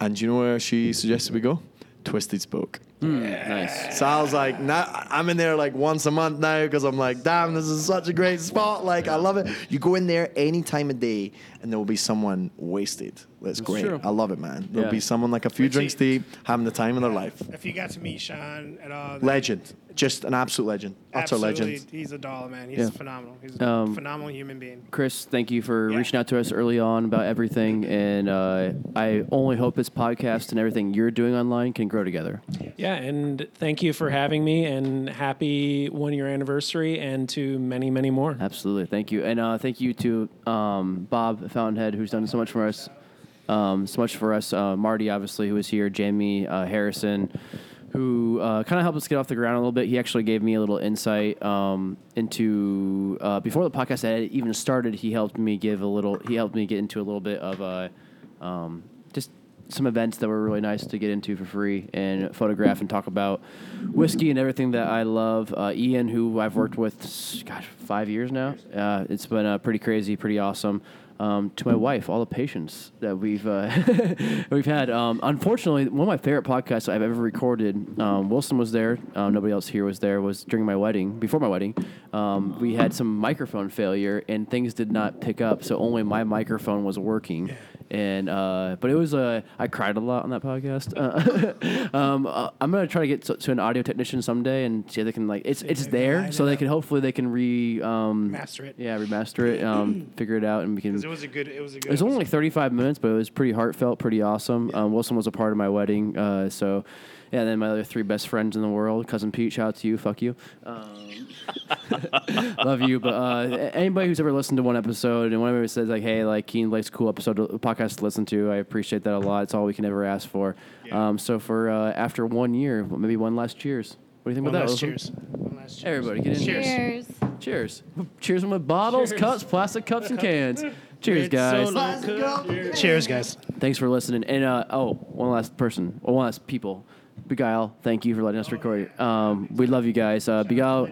Speaker 6: And do you know where she suggested we go? Twisted Spoke.
Speaker 1: Hmm,
Speaker 8: *laughs*
Speaker 1: nice.
Speaker 6: So I was like, now I'm in there like once a month now because I'm like, damn, this is such a great spot. Like, I love it. You go in there any time of day, and there will be someone wasted. That's great.
Speaker 1: true.
Speaker 6: I love it, man. There'll
Speaker 1: Yeah.
Speaker 6: be someone like a few
Speaker 8: Richie.
Speaker 6: drinks deep, having the time of their life.
Speaker 8: If you got to meet Sean at all, then
Speaker 6: Legend, just an absolute legend, utter
Speaker 8: absolutely,
Speaker 6: legend.
Speaker 8: He's a doll, man. He's
Speaker 1: Yeah.
Speaker 8: phenomenal. He's
Speaker 1: Um,
Speaker 8: a phenomenal human being.
Speaker 1: Chris, thank you for
Speaker 8: Yeah.
Speaker 1: reaching out to us early on about everything, and uh, I only hope this podcast and everything you're doing online can grow together.
Speaker 3: Yeah, and thank you for having me, and happy one year anniversary, and to many, many more.
Speaker 1: Absolutely. Thank you. And uh, thank you to um, Bob Fountainhead, who's done so much for us. Um, so much for us. Uh, Marty, obviously, who was here. Jamie uh, Harrison, who uh, kind of helped us get off the ground a little bit. He actually gave me a little insight um, into, uh, before the podcast had even started, he helped me give a little, he helped me get into a little bit of uh, um, just some events that were really nice to get into for free and photograph and talk about whiskey and everything that I love. Uh, Ian, who I've worked with, s- gosh, five years now. Uh, it's been uh, pretty crazy, pretty awesome. Um, to my wife, all the patience that we've uh, *laughs* we've had. Um, unfortunately, one of my favorite podcasts I've ever recorded. Um, Wilson was there. Um, nobody else here was there. Was during my wedding, before my wedding. Um, we had some microphone failure and things did not pick up, so only my microphone was working and uh, but it was uh, I cried a lot on that podcast. *laughs* Uh, *laughs* um, uh, I'm gonna try to get to, to an audio technician someday and see if they can like it's it's
Speaker 8: they
Speaker 1: there,
Speaker 8: line
Speaker 1: so
Speaker 8: it
Speaker 1: they
Speaker 8: up.
Speaker 1: can hopefully they can re um,
Speaker 8: Master it.
Speaker 1: Yeah, remaster it,
Speaker 8: *clears throat*
Speaker 1: um, figure it out, and we can.
Speaker 8: 'Cause It was a good. It was a good.
Speaker 1: It was only
Speaker 8: episode.
Speaker 1: like 35 minutes, but it was pretty heartfelt, pretty awesome. Um, Wilson was a part of my wedding, uh, so. Yeah, and then my other three best friends in the world, cousin Pete, shout out to you, fuck you. Um, *laughs* love you, but uh, a- anybody who's ever listened to one episode and whenever it says like, "Hey, like Keen likes cool episode to, podcast to listen to," I appreciate that a lot. It's all we can ever ask for. Um, so for uh, after one year, well, maybe one last cheers. What do you think
Speaker 8: One
Speaker 1: about that?
Speaker 8: last
Speaker 1: Wilson?
Speaker 8: cheers. One last cheers.
Speaker 1: Everybody, get in here.
Speaker 8: Cheers.
Speaker 2: Cheers.
Speaker 1: Cheers. Cheers them with bottles, cups, plastic cups, and cans. Cheers, guys.
Speaker 8: Cheers, guys.
Speaker 1: Thanks for listening. And uh, oh, one last person, or one last people. Beguile, thank you for letting us record. Um, we love you guys. Uh, Beguile,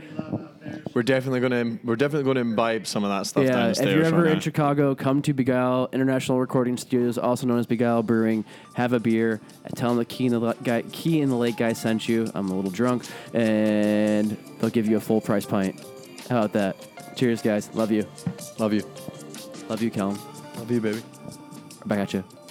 Speaker 6: We're definitely gonna we're definitely gonna imbibe some of that stuff
Speaker 1: yeah, if
Speaker 6: downstairs.
Speaker 1: you're ever
Speaker 6: right
Speaker 1: in
Speaker 6: now.
Speaker 1: Chicago, come to Beguile International Recording Studios, also known as Beguile Brewing. Have a beer. Tell them the key in the Li- guy, key in the lake guy sent you. I'm a little drunk, and they'll give you a full price pint. How about that? Cheers, guys. Love you.
Speaker 6: Love you,
Speaker 1: Love you, Callum.
Speaker 6: love you, baby.
Speaker 1: Back at you.